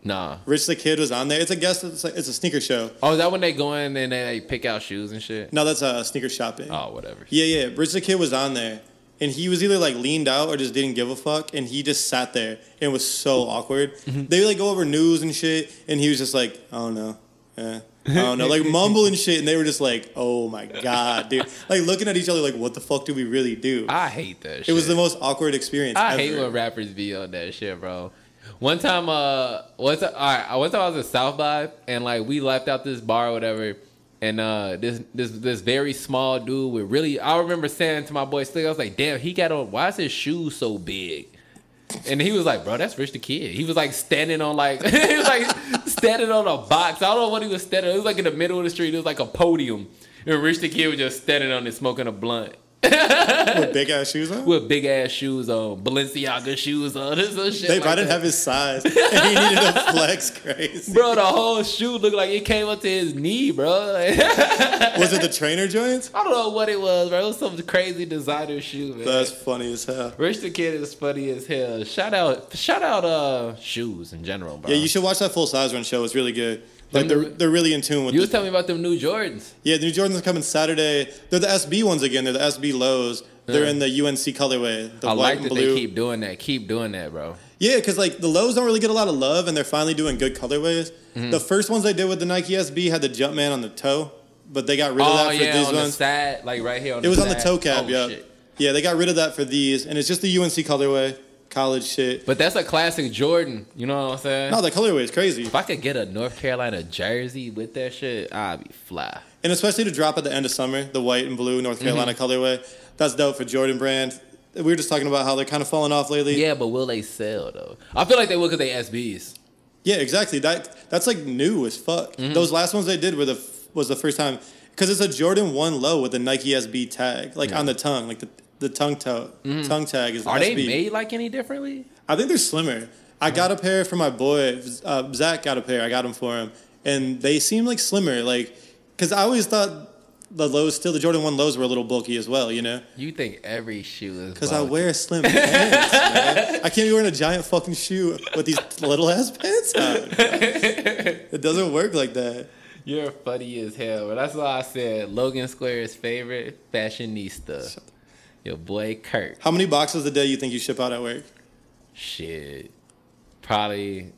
Nah.
Rich the Kid was on there. It's a guest. It's, like, it's a sneaker show.
Oh, is that when they go in and they pick out shoes and shit?
No, that's uh, sneaker shopping.
Oh, whatever.
Yeah, yeah. Rich the Kid was on there, and he was either like leaned out or just didn't give a fuck, and he just sat there and was so awkward.
Mm-hmm.
They like go over news and shit, and he was just like, I don't know, eh, I don't know, like mumbling shit, and they were just like, Oh my god, dude, like looking at each other like, What the fuck do we really do?
I hate that Ah, shit.
it was the most awkward experience.
I
ever.
hate when rappers be on that shit, bro. One time, uh, one time, all right, one time I was in South by and like we left out this bar or whatever, and uh, this this this very small dude with really, I remember saying to my boy Slick, I was like, damn, he got on. Why is his shoes so big? And he was like, bro, that's Rich the Kid. He was like standing on like [LAUGHS] he was like standing on a box. I don't know what he was standing on. It was like in the middle of the street. It was like a podium. And Rich the Kid was just standing on it smoking a blunt
with big ass shoes on.
with big ass shoes on, Balenciaga shoes on, [LAUGHS] and some shit.
They
like
probably didn't
that.
have
[LAUGHS]
his size, and he needed to flex crazy.
Bro, the whole shoe looked like it came up to his knee, bro. [LAUGHS] Like,
Was it the trainer joints?
I don't know what it was, bro. It was some crazy designer shoe, man.
That's funny as hell.
Rich the Kid is funny as hell. Shout out, shout out, uh, shoes in general, bro.
Yeah, you should watch that full size run show. It's really good. Like
Them-
they're they're really in tune with
You
the
was telling me about them new Jordans.
Yeah, the New Jordans are coming Saturday. They're the SB ones again. They're the SB lows. They're
Yeah.
in the UNC colorway. The
I
white
like
and
that
blue.
they keep doing that. Keep doing that, bro.
Yeah, because like the lows don't really get a lot of love, and they're finally doing good colorways.
Mm-hmm.
The first ones they did with the Nike SB had the Jumpman on the toe, but they got rid of
Oh
that for
yeah,
these
on the
ones.
side, like right here. On
it was on the
side.
toe cap.
Oh,
yeah,
shit.
yeah, they got rid of that for these, and it's just the UNC colorway, college shit.
But that's a classic Jordan. You know what I'm saying?
No, the colorway is crazy,
If I could get a North Carolina jersey with that shit, I'd be fly.
and especially to drop at the end of summer, the white and blue
Mm-hmm.
North Carolina colorway. That's dope for Jordan brand. We were just talking about how they're kind of falling off lately.
Yeah, but will they sell though? I feel like they will because they SBs.
Yeah, exactly. That that's like new as fuck.
Mm-hmm.
Those last ones they did were the f- was the first time because it's a Jordan One Low with a Nike SB tag, like on the tongue, like the the tongue toe tongue tag is.
Mm-hmm.
the
Are they
SB.
made Mm-hmm. like any differently?
I think they're slimmer. I got a pair for my boy uh, Zach. Got a pair. I got them for him, and they seem like slimmer, like because I always thought the lows still the Jordan One lows were a little bulky as well, you know.
You think every shoe is
Because I
bulky.
wear slim pants, man. I can't be wearing a giant fucking shoe with these little ass pants on. It doesn't work like that.
You're funny as hell, but that's why I said Logan Square's favorite fashionista, your boy Kirk.
How many boxes a day you think you ship out at work?
Shit, probably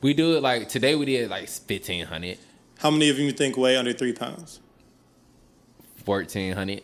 we do it like today. We did like fifteen hundred.
How many of you think weigh under three pounds?
1400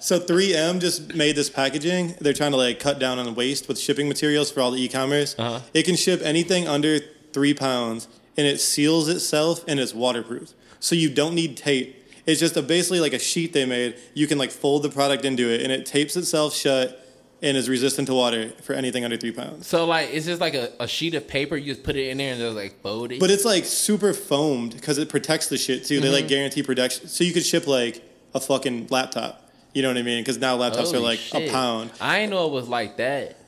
So 3M just made this packaging. They're trying to like cut down on waste with shipping materials for all the e-commerce.
Uh-huh.
It can ship anything under three pounds, and it seals itself and it's waterproof. So you don't need tape. It's just a, basically like a sheet they made. You can like fold the product into it, and it tapes itself shut and is resistant to water for anything under three
[LAUGHS]
pounds.
So like it's just like a, a sheet of paper. You just put it in there and they're like fold it.
But it's like super foamed because it protects the shit too. They
Mm-hmm.
like guarantee protection, so you could ship like a fucking laptop. You know what I mean? Because now laptops
Holy
are like
shit.
a pound.
I ain't know it was like that.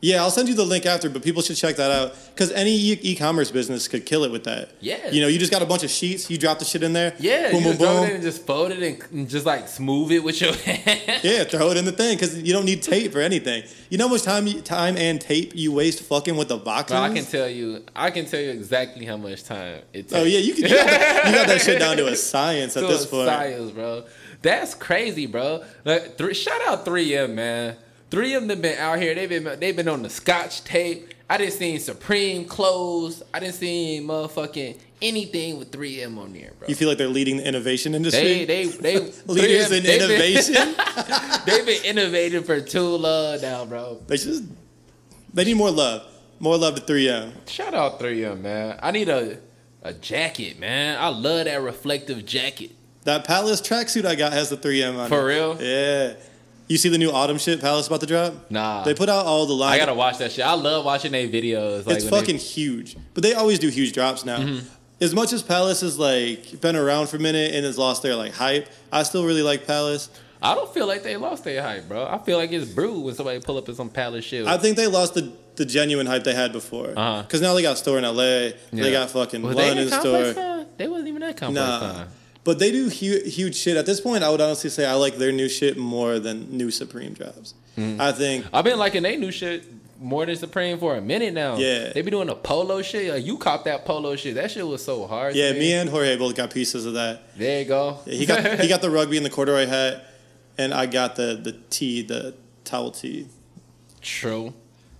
Yeah, I'll send you the link after, but people should check that out because any e- e-commerce business could kill it with that.
Yeah.
you know, you just got a bunch of sheets, you drop the shit in there.
Yeah,
boom,
you
boom,
just throw it in
boom.
and just fold it and, and just like smooth it with your [LAUGHS] hand.
Yeah, throw it in the thing because you don't need tape or anything. You know how much time, you- time and tape you waste fucking with the boxes.
Bro, I can tell you, I can tell you exactly how much time it takes.
Oh yeah, you, can, you, got that, you got that shit down to a science
[LAUGHS]
at
to
this
a
point.
science, bro. That's crazy, bro. Like, three, shout out 3M, man. 3M have been out here. They've been they've been on the Scotch tape. I didn't seen Supreme clothes. I didn't seen motherfucking anything with 3M on there, bro.
You feel like they're leading the innovation
They
industry. [LAUGHS]
they they 3M
Leaders in
they've been- [LAUGHS]
innovation.
They've been innovating for too long now, bro.
they just they need more love, more love to 3M.
Shout out 3M, man. I need a a jacket, man. I love that reflective jacket.
That Palace tracksuit I got has the 3M on it.
For real?
Yeah. You see the new autumn shit Palace about to drop?
Nah.
They put out all the lines.
I gotta watch that shit. I love watching their videos. Like
it's
when they-
fucking huge. But they always do huge drops now.
Mm-hmm.
As much as Palace has like been around for a minute and has lost their like hype, I still really like Palace.
I don't feel like they lost their hype, bro. I feel like it's brewed when somebody pull up in some palace shit.
I think they lost the, the genuine hype they had before.
Uh-huh.
Cause now they got a store in LA.
Yeah.
They got fucking
was they
London
in
store.
complex time? They wasn't even that complex
Nah.
time.
But they do hu- huge shit. At this point, I would honestly say I like their new shit more than new Supreme drops.
Mm.
I think
I've been liking they new shit more than Supreme for a minute now.
Yeah.
they be doing the polo shit. Like, you caught that polo shit. That shit was so hard.
Yeah,
man.
me and Jorge both got pieces of that.
there you go. [LAUGHS]
He got he got the rugby and the corduroy hat, and I got the the tee, the towel tee.
true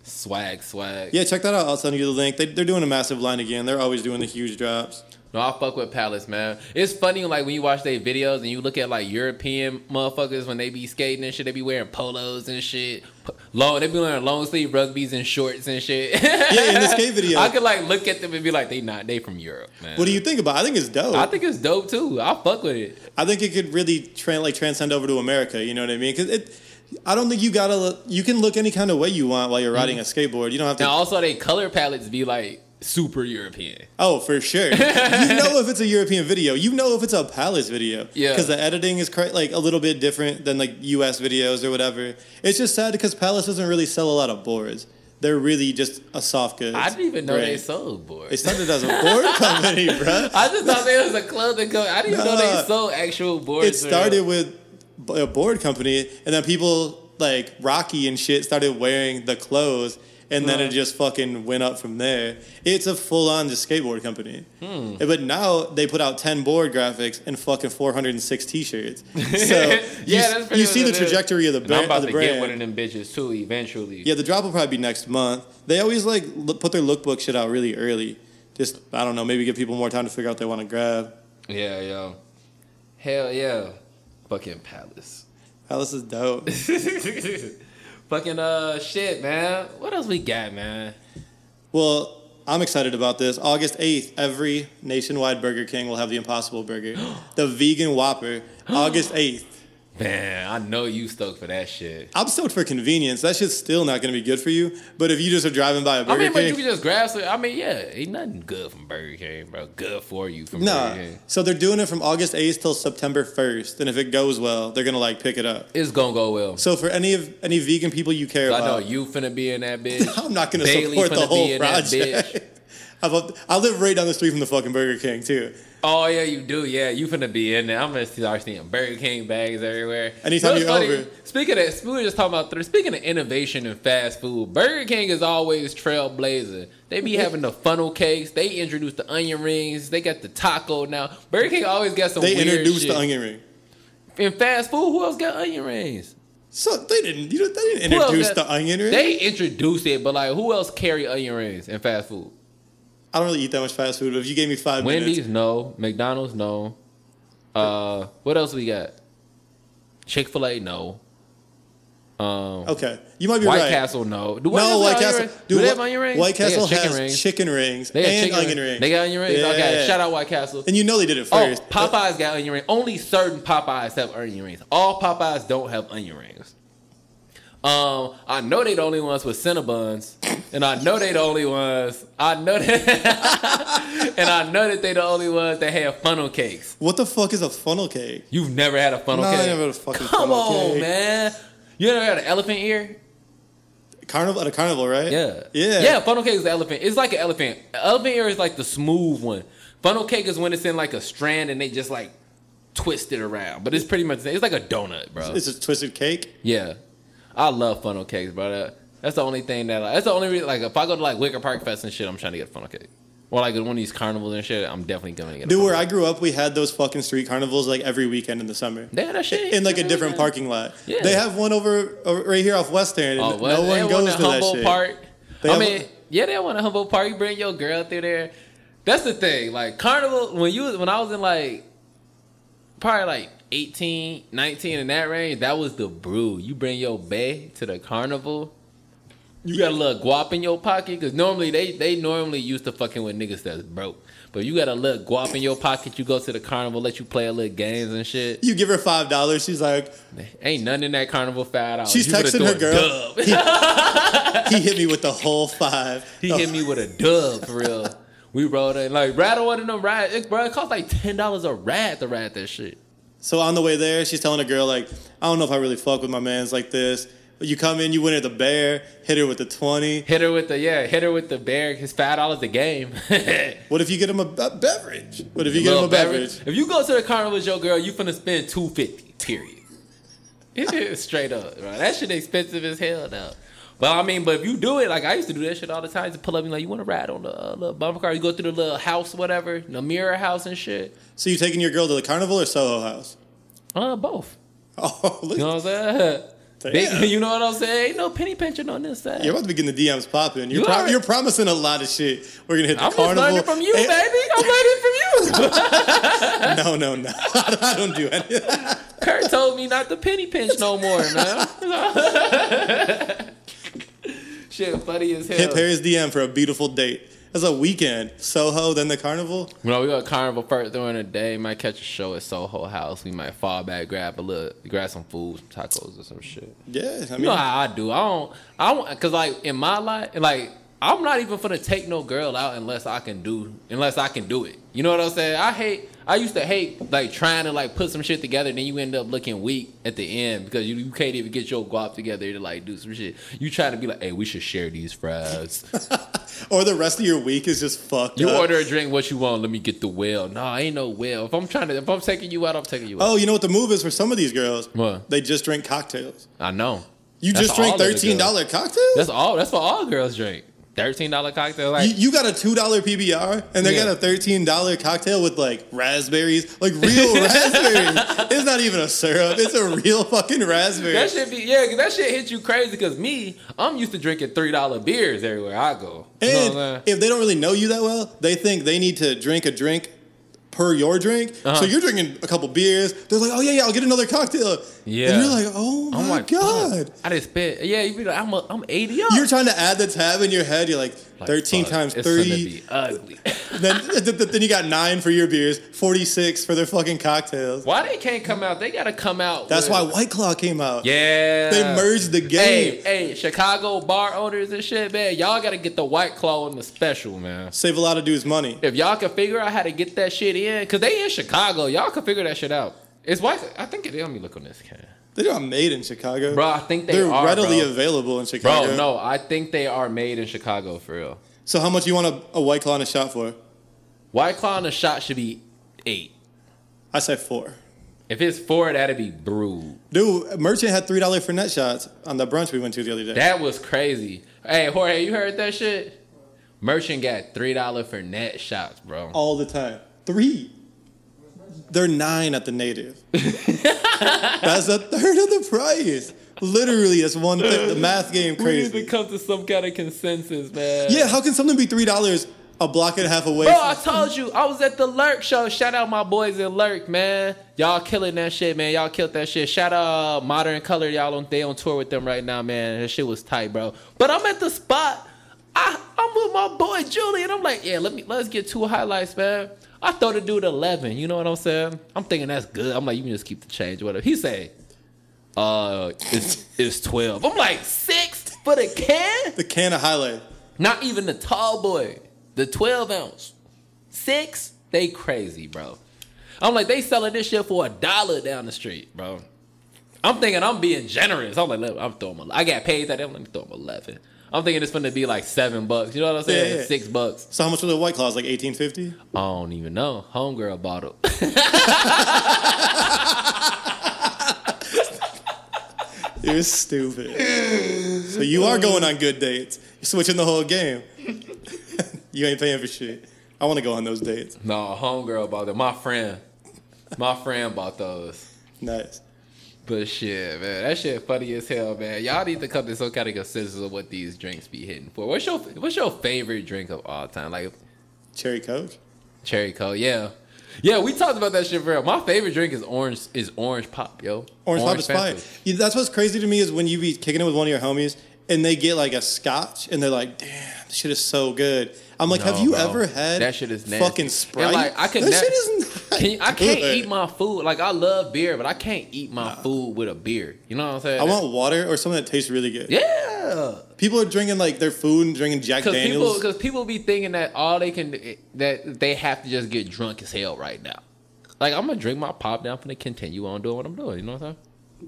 swag, swag.
Yeah, check that out. I'll send you the link. They, they're doing a massive line again. They're always doing the huge drops.
No, I fuck with Palace, man. It's funny like when you watch their videos and you look at like European motherfuckers when they be skating and shit, they be wearing polos and shit. P- Long they be wearing long sleeve rugbies and shorts and shit. [LAUGHS]
Yeah, in the skate video.
I could like look at them and be like, they not they from Europe, man.
What do you think about? it? I think it's dope.
I think it's dope too. I fuck with it.
I think it could really tran like transcend over to America. You know what I mean? Because it, I don't think you gotta. look- You can look any kind of way you want while
Mm-hmm.
you're riding a skateboard. You don't have to.
And also they color palettes be like super European.
Oh, for sure. you know if it's a European video. You know if it's a Palace video.
Yeah.
Because the editing is cra- like a little bit different than like U.S. videos or whatever. It's just sad because Palace doesn't really sell a lot of boards. They're really just a soft goods.
I didn't even know they
brand.
sold boards.
They started as a board [LAUGHS] company, bro.
I just thought they was a clothing company. I didn't know
Nah.
they sold actual boards.
It
or-
started with b- a board company, and then people like Rocky and shit started wearing the clothes, and then it just fucking went up from there. It's a full on just skateboard company.
Hmm.
Eh, But now they put out 10 board graphics and fucking 406
[LAUGHS]
t shirts. [LAUGHS] So you,
yeah,
s-
that's pretty
you see
much
the
it.
trajectory of the,
And I'm
brand,
about
of the
to
brand.
get one of them bitches too eventually.
yeah, the drop will probably be next month. They always like look, put their lookbook shit out really early. Just, I don't know, maybe give people more time to figure out what they want to grab.
Yeah, yo. Hell yeah. Fucking Palace. [LAUGHS]
Alice is dope.
Fucking uh shit, man. What else we got, man?
Well, I'm excited about this. August 8th, every nationwide Burger King will have the
[GASPS]
Impossible Burger, the vegan Whopper. August 8th.
Man, I know you stoked for that shit.
I'm stoked for convenience. That shit's still not going to be good for you. But if you just are driving by a
I
Burger
mean, but you can
King,
just grab some. I mean, yeah, ain't nothing good from Burger King, bro. Good for you from
nah.
Burger King.
So they're doing it from August 8th till September 1st, and if it goes well, they're gonna like pick it up.
It's gonna go well.
So for any of any vegan people you care
I know
about,
you finna be in that bitch.
[LAUGHS] I'm not gonna
Bailey
support the
finna be
whole
in that
project. I've up- [LAUGHS] I live right down the street from the fucking Burger King too.
Oh yeah, you do. Yeah, you finna be in there. I'm gonna start seeing Burger King bags everywhere.
Anytime
You know what's
you're
funny?
over.
Speaking of that, we were just talking about th- speaking of innovation and fast food. Burger King is always trailblazer. They be having the funnel cakes. They introduced the onion rings. They got the taco now. Burger King always got some.
They
weird
introduced
shit.
the onion ring.
in fast food. Who else got onion rings?
So they didn't. You know, they didn't
Who else
introduce
got-
the onion ring.
They introduced it, but like who else carry onion rings in fast food?
I don't really eat that much fast food, but if you gave me five
Wendy's
minutes,
no, McDonald's no. Uh, what else we got? Chick Fil A no. Um,
Okay, you might be
White
right.
Castle, no. Do, what
no,
else
White
on your
Castle.
ring?
Dude,
do they have
Wh-
onion rings?
White
They got
Castle
chicken
has
rings.
chicken rings
They got
and
chicken
onion rings.
They got onion rings. Okay,
Yeah.
shout out White Castle.
And you know they did it
Oh,
first.
Popeyes got onion rings. Only certain Popeyes have onion rings. All Popeyes don't have onion rings. Um, I know they the only ones with Cinnabons, and I know they the only ones. I know that, [LAUGHS] and I know that they the only ones that have funnel cakes.
What the fuck is a funnel cake?
You've never had a funnel
No, I
cake.
never had a fucking
Come
funnel
on,
cake.
man. You ever had an elephant ear?
Carnival at a carnival,
[LAUGHS]
right?
Yeah.
Yeah.
Yeah, funnel cake is the elephant. It's like an elephant. Elephant ear is like the smooth one. Funnel cake is when it's in like a strand and they just like twist it around. But it's pretty much it's like a donut, bro.
It's a twisted cake.
yeah. I love funnel cakes, bro. That- That's the only thing that that's the only reason like if I go to like Wicker Park Fest and shit, I'm trying to get a funnel cake. Or like one of these carnivals and shit, I'm definitely gonna get a
Dude,
funnel
where I grew up, we had those fucking street carnivals like every weekend in the summer.
They had that shit.
in like a
Yeah,
different
yeah.
parking lot.
Yeah.
They have one over, over right here off Western. And
Oh, well,
no
they
one
had
goes
at
to that
Humboldt
shit.
Park.
They
I
have
mean,
one-
yeah, they want a Humboldt Park. You bring your girl through there. That's the thing. Like carnival, when you when I was in like probably like 18, 19 in that range, that was the brew. You bring your bae to the carnival. You got a little guap in your pocket because normally they they normally used to fucking with niggas that's broke. But you got a little guap in your pocket. You go to the carnival, let you play a little games and shit.
You give her five dollars. She's like,
Ain't nothing in that carnival five dollars.
she's
You would've
texting her
threw a dub.
girl. [LAUGHS] He, he hit me with the whole five.
He
The-
hit me with a dub for real. We rode it like rattle one of them ride. It, bro, it cost like ten dollars a ride to ride that shit.
So on the way there, she's telling a girl like, I don't know if I really fuck with my man's like this. But you come in, you win at the bear, hit her with the twenty.
Hit her with the yeah, hit her with the bear. His five dollars a game. [LAUGHS]
What if you get him a, be- beverage? What if you get him
Little
a beverage?
If you go to the carnival with your girl, you finna spend two fifty. Period. It's Straight up, bro. That shit expensive as hell though. But I mean, but if you do it, like I used to do that shit all the time. Just pull up and like, you want to ride on the uh, little bumper car? You go through the little house, whatever, the mirror house and shit.
So you taking your girl to the carnival or Soho House? [LAUGHS]
Uh, both.
Oh, look,
You know what I'm
[LAUGHS]
saying? Big,
Damn.
you know what I'm saying? Ain't no penny pinching on this side.
You're about to be getting the DMs popping. You're,
You
pro-
are.
you're promising a lot of shit. We're gonna hit the
I'm just
carnival.
learning from you,
And-
baby. I'm learning from you. [LAUGHS]
No, no, [LAUGHS] no. I don't do any.
Kurt told me not to penny pinch no more, man. [LAUGHS] Shit, funny as
Hit
hell.
Perry's DM for a beautiful date. That's a weekend. Soho, then the carnival.
No, we got carnival first during the day. Might catch a show at Soho House. We might fall back, grab a little, grab some food, some tacos or some shit.
Yeah, I mean,
You know how I do. I don't. I don't. Cause like in my life, like I'm not even gonna take no girl out unless I can do unless I can do it. You know what I'm saying? I hate. I used to hate like trying to like put some shit together. Then you end up looking weak at the end because you, you can't even get your guap together to like do some shit. You try to be like, hey, we should share these fries.
[LAUGHS] or the rest of your week is just fucked. [LAUGHS]
You
up.
order a drink, what you want? Let me get the whale. No, I ain't no whale. If I'm trying to, if I'm taking you out, I'm taking you out.
Oh, you know what the move is for some of these girls?
What?
They just drink cocktails.
I know.
Oh. You
That's
just drink
all of the
thirteen dollar cocktails.
That's all. That's what all girls drink. Thirteen dollar cocktail. Like
you, you got a two dollar PBR, and they
Yeah.
got a thirteen dollar cocktail with like raspberries,
[LAUGHS]
like real raspberries. It's not even a syrup; it's a real fucking raspberry.
That shit be yeah, 'cause that shit hit you crazy. Because me, I'm used to drinking three dollar beers everywhere I go. You know what I'm saying?
And if they don't really know you that well, they think they need to drink a drink per your drink.
Uh-huh.
So you're drinking a couple beers. They're like, oh yeah, yeah, I'll get another cocktail.
Yeah.
And you're like, oh my
I'm like,
god.
fuck, I just spent. Yeah, you be like, I'm a, I'm eighty up.
You're trying to add the tab in your head. You're like,
Like,
13
fuck,
times
it's gonna
three.
be ugly. [LAUGHS]
Then, [LAUGHS] th- th- then you got nine for your beers, 46 for their fucking cocktails.
Why they can't come out? They gotta come out.
That's
with-
why White Claw came out.
Yeah,
They merged the game.
Hey, hey, Chicago bar owners and shit, man, y'all gotta get the white claw on the special, man.
Save a lot of dudes money.
If y'all can figure out how to get that shit in, cause they in Chicago, y'all can figure that shit out. It's white. I think it. Let me look on this can.
They're not made in Chicago.
Bro, I think they
are
are,
readily
bro.
available in Chicago.
Bro, no, I think they are made in Chicago for real.
So how much you want a, a White Claw and a shot for?
White Claw on a shot should be eight.
I say four.
If it's four, that'd be brewed.
Dude, Merchant had three dollar Fernet shots on the brunch we went to the other day.
That was crazy. Hey, Jorge, you heard that shit? Merchant got three dollar for net shots, bro.
all the time. Three. They're nine at
[LAUGHS]
the native. that's a third of the price. Literally, that's one thing. The math game
we need to
crazy.
come to some kind of consensus, man.
Yeah, how can something be three dollars a a block and a half away.
Bro, I
from-
told you I was at the Lurk show. Shout out my boys at Lurk, man. Y'all killing that shit, man. Y'all killed that shit. Shout out uh, Modern Color. Y'all on they on tour with them right now, man. That shit was tight, bro. But I'm at the spot. I I'm with my boy Julie, and I'm like, yeah, let me let's get two highlights, man. I throw the dude eleven. You know what I'm saying? I'm thinking that's good. I'm like, you can just keep the change, whatever. He say, uh, it's it's twelve. I'm like six for the can.
the can of highlight.
Not even the tall boy, the 12 ounce. Six, they crazy, bro. I'm like, they selling this shit for a dollar down the street, bro. I'm thinking I'm being generous. I'm like, look, I'm throwing my, I got paid that day. I'm like, throw them 11. I'm thinking it's gonna be like seven bucks. You know what I'm saying?
Yeah, yeah.
Six bucks.
So how much was the White Claws? Like eighteen fifty.
I don't even know. Homegirl [LAUGHS] bottle.
You're stupid. so you are going on good dates. You're switching the whole game. [LAUGHS] you ain't paying for shit. I want to go on those dates.
no, homegirl bottle. My friend. My friend bought those.
Nice.
But shit, man, that shit funny as hell, man. Y'all need to come to some kind of consensus of what these drinks be hitting for. What's your What's your favorite drink of all time? Like
Cherry Coke.
cherry coke, yeah, yeah. We talked about that shit for real. My favorite drink is orange is orange pop, yo.
Orange, Pop is fire.
Fanta.
Yeah, that's what's crazy to me is when you be kicking it with one of your homies and they get like a scotch and they're like, damn, this shit is so good. I'm like,
No,
have you
bro.
ever had
That shit is nasty.
fucking
And,
Sprite?
like, I could
that
ne-
shit is
[LAUGHS]
not
Can you, I can't
good.
eat my food. Like I love beer, but I can't eat my food with a beer. You know what I'm saying?
I want water or something that tastes really good.
yeah.
People are drinking like their food and drinking Jack
Because people,
Daniels.
because people be thinking that all they can that they have to just get drunk as hell right now. Like I'm gonna drink my pop down and continue on doing what I'm doing. You know what I'm saying?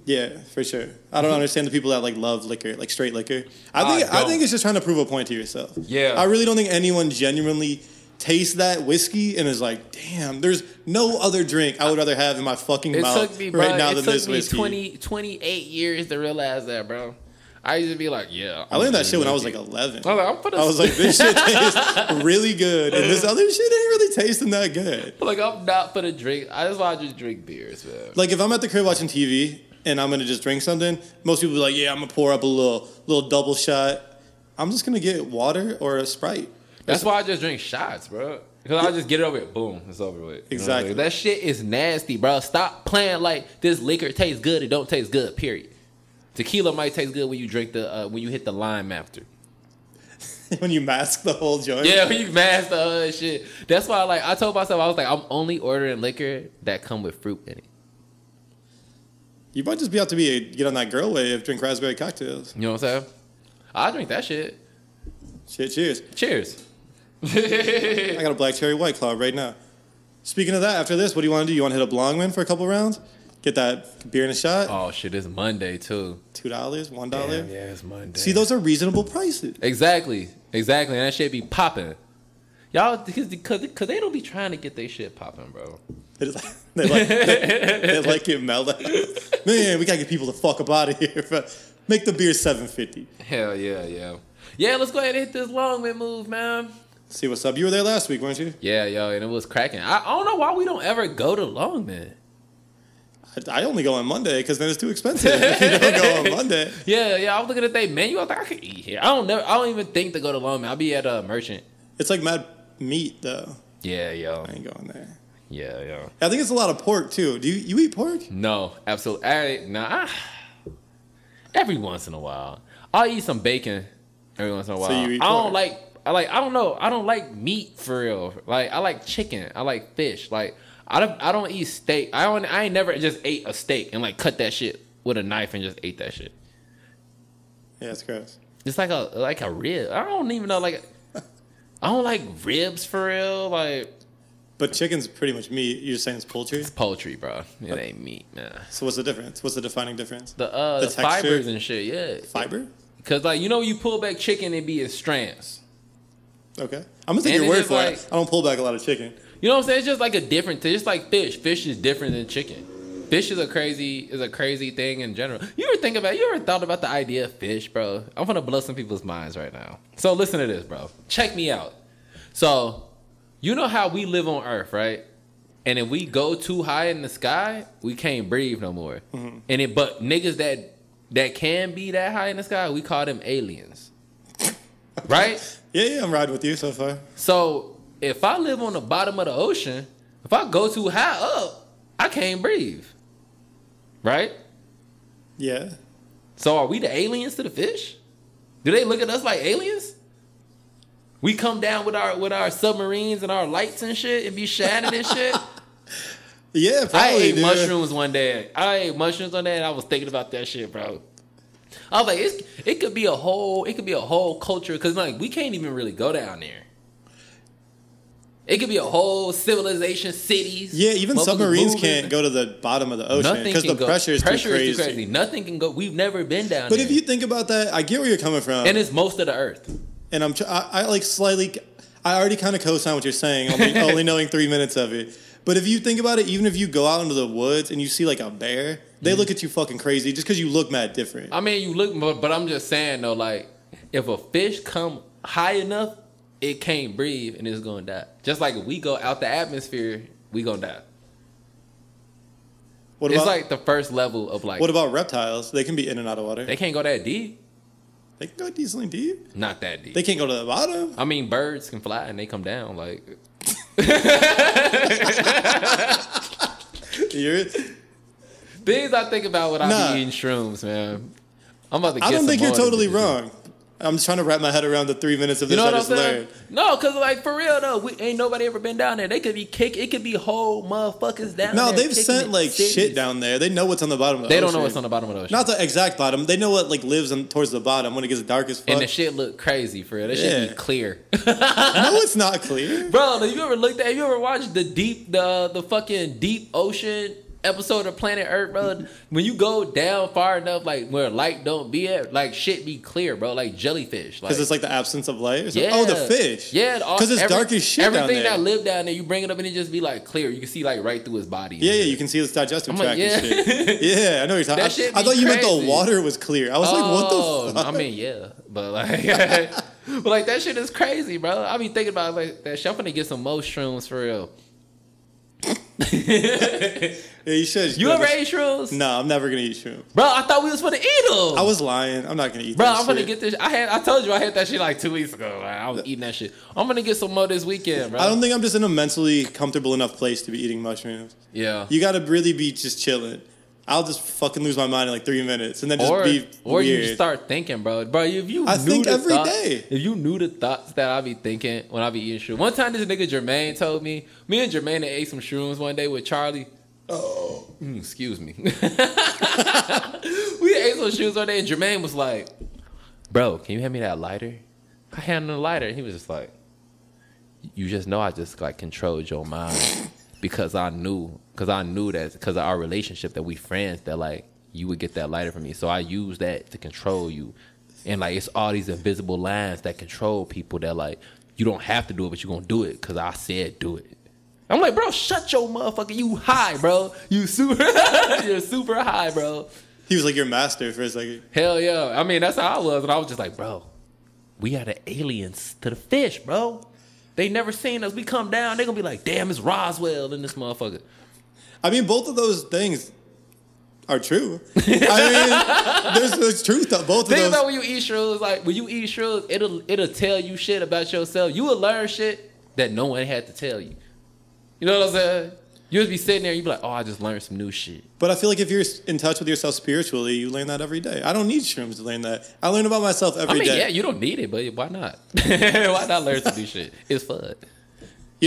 yeah, for sure. I don't understand the people that like love liquor, like straight liquor. I
I
think I,
don't.
think it's just trying to prove a point to yourself.
Yeah.
I really don't think anyone genuinely tastes that whiskey and is like, damn, there's no other drink I would rather have in my fucking
It
mouth
took me, bro.
right now
it
than
took
this
me
whiskey.
20, 28 years to realize that, bro. I used to be like, yeah.
I learned that shit when I
[LAUGHS]
was like
I
11.
was like, I'm finna-
I was like, this shit tastes really good, and this other shit ain't really tasting that good.
[LAUGHS] like I'm not for the drink. I just want to just drink beers, man.
Like if I'm at the crib watching TV and I'm gonna just drink something, most people be like, yeah, I'm gonna pour up a little little double shot. I'm just gonna get water or a sprite. [LAUGHS]
That's why I just drink shots, bro. Because I just get it over with. Boom, it's over with. You know what I'm
Exactly.
saying? that shit is nasty, bro. Stop playing like this liquor tastes good. It don't taste good. Period. Tequila might taste good when you drink the uh, when you hit the lime after.
when you mask the whole joint.
Yeah, [LAUGHS] when you mash the uh, shit. That's why, like, I told myself I was like, I'm only ordering liquor that come with fruit in it.
You might just be out to be a get on that girl wave, drink raspberry cocktails.
You know what I'm saying? I drink that shit.
Shit, cheers.
Cheers. [LAUGHS]
I got a black cherry white claw right now. Speaking of that, after this, what do you wanna do? You wanna hit a Blongman for a couple rounds? Get that beer in a shot?
Oh shit, it's Monday too.
Two dollars, one dollar.
yeah, it's Monday.
See, those are reasonable prices.
Exactly, exactly. And that shit be popping. Y'all, because because they don't be trying to get their shit popping, bro.
They just- they like, they,
[LAUGHS]
they like it mellow. Man, we gotta get people the fuck up out of here. bro. Make the beer seven fifty.
Hell yeah, yeah, yeah. Let's go ahead and hit this longman move, man.
See what's up. You were there last week, weren't you?
Yeah, yo, and it was cracking. I, I don't know why we don't ever go to longman.
I, I only go on Monday because then it's too expensive. [LAUGHS] if you don't go on Monday,
Yeah, yeah. I was looking at their menu. I was like, I could eat here. I don't never. I don't even think to go to longman. I'll be at a merchant.
it's like mad meat though.
Yeah, yo,
I ain't going there.
yeah, yo.
I think it's a lot of pork too. Do you, you eat pork?
No, absolutely. I, nah. Every once in a while, I'll eat some bacon. Every once in a while,
you eat
I don't
pork.
like. I like. I don't know. I don't like meat for real. Like I like chicken. I like fish. Like I don't. I don't eat steak. I don't. I ain't never just ate a steak and like cut that shit with a knife and just ate that shit.
Yeah, it's gross.
It's like a like a rib. I don't even know. Like I don't like ribs for real. Like
But chicken's pretty much meat. You're saying it's poultry.
it's poultry, bro. It ain't meat, man.
So what's the difference? What's the defining difference?
The uh
The
the,
texture?
fibers and shit. Yeah,
Fiber.
Cause like you know you pull back chicken it be in strands.
Okay, I'm gonna take
And
your
it
word
is
for it.
like-
I don't pull back a lot of chicken.
You know what I'm saying? It's just like a different. It's like fish. Fish is different than chicken. Fish is a crazy is a crazy thing in general. You ever think about? You ever thought about the idea of fish, bro? I'm gonna blow some people's minds right now. So listen to this, bro. Check me out. So you know how we live on Earth, right? And if we go too high in the sky, we can't breathe no more. And it but niggas that that can be that high in the sky, we call them aliens, right?
Yeah, yeah, I'm riding with you so far.
So if I live on the bottom of the ocean, if I go too high up, I can't breathe. Right?
Yeah.
So are we the aliens to the fish? Do they look at us like aliens? We come down with our with our submarines and our lights and shit and be shining and shit.
Yeah, probably.
I ate
dude.
mushrooms one day. I ate mushrooms one day, and I was thinking about that shit, bro. I was like, it's, it could be a whole, it could be a whole culture because like we can't even really go down there. It could be a whole civilization, cities.
Yeah, even
motherfuckers
submarines
moving.
can't go to the bottom of the ocean
Nothing
because
can
the
go.
pressure is
pressure
too crazy.
Is too crazy. Nothing can go. We've never been down
But
there.
if you think about that, I get where you're coming from,
and
and,
it's most of the earth.
I'm tr- I, I like slightly, I already kind of co-sign what you're
[LAUGHS]
saying, only, only knowing three minutes of it. But if you think about it, even if you go out into the woods and you see like a bear, they
Mm-hmm.
look at you fucking crazy just because you look mad different.
I mean, you look, but, but I'm just saying though, like if a fish come high enough, it can't breathe and it's gonna die. Just like if we go out the atmosphere, we gonna die.
What
it's
about
like the first level of like
what about reptiles? They can be in and out of water.
they
They,
can't go that deep.
can go decently deep.
Not that deep.
They can't go to the
[LAUGHS]
bottom.
I mean, birds can fly and they come down. Like
You're-
things I think about when I
Nah.
be eating shrooms, man. I'm about to. Get
I don't
some
think you're
more of this
totally
shit.
wrong. I'm just trying to wrap my head around the three minutes of
You
this
know
I
what I'm
just
saying?
learned.
No, cause like for real though, we ain't nobody ever been down there. They could be kick. It could be whole motherfuckers down
No,
there.
they've
kicking
sent
it,
like
cities.
shit down there. They know what's on the bottom of the
They don't
ocean.
know what's on the bottom of the ocean.
Not the exact bottom. They know what like lives on, towards the bottom when it gets dark as fuck.
and the shit look crazy for real. That shit
Yeah.
be
[LAUGHS]
clear.
no, it's not clear.
Bro, have you ever looked at? Have you ever watched the deep, the the fucking deep ocean episode of Planet Earth,
[LAUGHS]
bro? When you go down far enough, like where light don't be at, like shit be clear, bro. Like jellyfish, like
Because it's like the absence of light. or something. Oh, the fish.
yeah. all-
Because it's
every-
dark as shit down
Everything
there.
that lived down there, you bring it up and it just be like clear. You can see like right through his body.
yeah, yeah, you can see its digestive
I'm like,
tract
[LAUGHS]
and shit. Yeah, I know what you're talking
That
I,
shit
I
be
thought you meant
crazy. Oh,
the water was clear. I was like, what the fuck?
I mean, yeah, but like, [LAUGHS] but like that shit is crazy, bro. I be thinking about like that shit. I'm gonna get some mushrooms for real.
[LAUGHS] Yeah, you should.
You ever
[LAUGHS]
ate shrooms?
No, I'm never going to eat shrimp.
Bro, I thought we was gonna eat them.
I was lying. I'm not going to eat
Bro,
that
I'm gonna
shit.
get this. I had. I told you I had that shit like two weeks ago. Like, I was eating that shit. I'm gonna get some more this weekend, bro.
I don't think I'm just in a mentally comfortable enough place to be eating mushrooms.
yeah.
You got to really be just chilling. I'll just fucking lose my mind in like three minutes and then just
or
be
or
weird.
you start thinking, bro. Bro, if you
I
knew
think
the
every
thoughts-
day.
If you knew the thoughts that I be thinking when I be eating shit. One time, this nigga Jermaine told me. Me and Jermaine had ate some shrooms one day with Charlie. Oh, excuse me. [LAUGHS] we ate some shrooms one day, and Jermaine was like, "Bro, can you hand me that lighter?" I handed him the lighter, and he was just like. you just know I just like controlled your mind [LAUGHS] because I knew because I knew that because of our relationship that we friends that like you would get that lighter from me. So I use that to control you. And like it's all these invisible lines that control people that like you don't have to do it, but you're gonna do it because I said do it. I'm like, bro, shut your motherfucker. You high, bro. You super, [LAUGHS] you're super high, bro.
he was like your master for a second.
Hell yeah. I mean, that's how I was. And I was just like, bro, we are the aliens to the fish, bro. They never seen us. We come down, they going to be like, damn, it's Roswell in this motherfucker.
I mean, both of those things
[LAUGHS]
are true. I mean, there's, there's truth to both
Think
of
about
those.
when you eat shrooms. Like, when you eat shrooms, it'll, it'll tell you shit about yourself. You will learn shit that no one had to tell you. You know what I'm saying? You'll just be sitting there, you be like, oh, I just learned some new shit.
But I feel like if you're in touch with yourself spiritually, you learn that every day. I don't need shrooms to learn that. I learn about myself
I
every day.
mean, yeah, you don't need it, but why not? [LAUGHS] why not learn some new shit? It's fun.
you
shit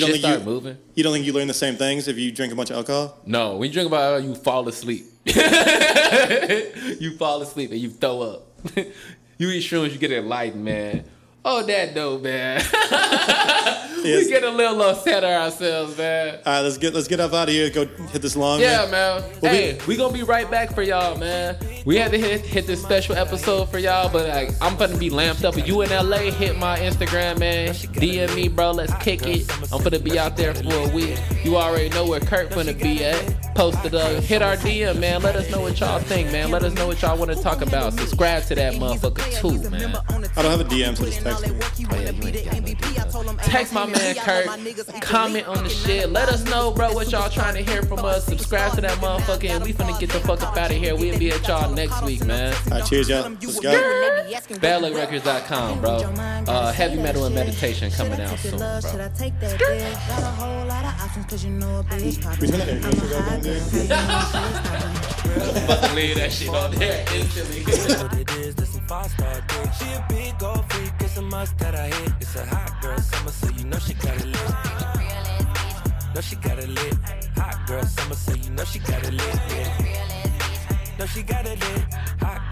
don't think
start
you,
moving.
you don't think you learn the same things if you drink a bunch of alcohol?
No, when you drink about alcohol, you fall asleep. [LAUGHS] you fall asleep and you throw up. [LAUGHS] you eat shrooms, you get enlightened, man. Oh, that dope, man. [LAUGHS]
Yes.
we get a little upset at ourselves, man.
All right, let's get let's get up out of here. Go hit this long.
Yeah,
man.
man.
Well, we-
hey, we gonna be right back for y'all, man. We had to hit, hit this special episode for y'all, but like, I'm gonna be lamped up. If you in LA, hit my Instagram, man. DM me, bro. Let's kick it. I'm gonna be out there for a week. You already know where Kurt gonna be at. Post it up. Hit our DM, man. Let us know what y'all think, man. Let us know what y'all want to talk about. Subscribe to that motherfucker too, man.
I don't have a DM, so just text me.
Text my man Kurt. Comment on the shit. Let us know, bro, what y'all trying to hear from us. Subscribe to that motherfucker, and we finna get the fuck up out of here. We'll be at y'all next week, man.
All right, cheers, y'all. Let's go.
Grr. BadLuckRecords.com, bro. Uh, heavy metal and meditation coming out soon, bro.
We turn that air conditioner off down there?
Fucking leave that shit on there instantly.
it is, this some five star dick. She a big gold freak, it's a must that I hit. It's a hot girl summer, so you know she got it lit. No, she got it lit. Hot girl summer, so you know she got it lit. Yeah. No, she got it lit. Hot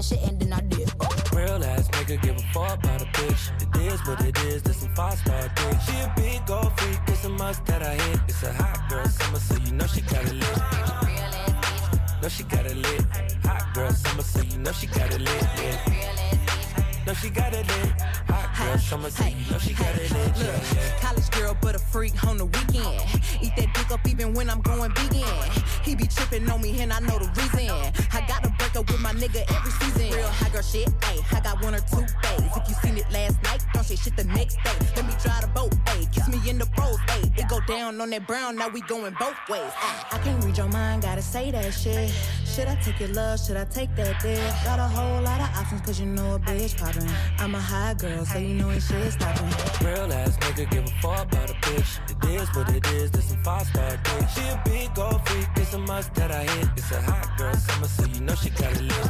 shit and then I dip.
Real ass nigga, give a fuck about a bitch. It is what it is, this some five star dick. She a big gold freak, it's a must that I hit. It's a hot girl summer, so you know she got it lit. No, she got it lit. Hot girl summer, so you know she got it lit. Yeah. No, she got it lit. Hot girl summer, so you know she got it lit. Yeah, yeah.
College girl, but a freak on the weekend. Eat that dick up even when I'm going vegan. He be tripping on me and I know the reason. I gotta break up with my nigga every season. Real high girl shit, ayy. I got one or two days. If you seen it last night, don't say shit the next day. Let me drive the boat, ayy. Kiss me in the rose, ayy. It go down on that brown, now we going both ways. ayy. I can't read your mind, gotta say that shit. Should I take your love? Should I take that dick? Got a whole lot of options, cause you know a bitch poppin'. I'm a high girl, so you know ain't shit stoppin'.
Real ass nigga, give a fuck about a bitch. It is what it is, this some five star dick. She a big gold freak, it's a must that I hit. It's a hot girl summer, so you know she got it lit.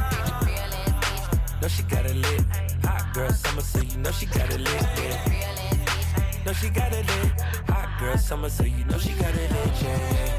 No, she got it lit. Hot girl summer, so you know she got it lit. Yeah. No, she got it lit. Hot girl summer, so you know she got it lit. Yeah.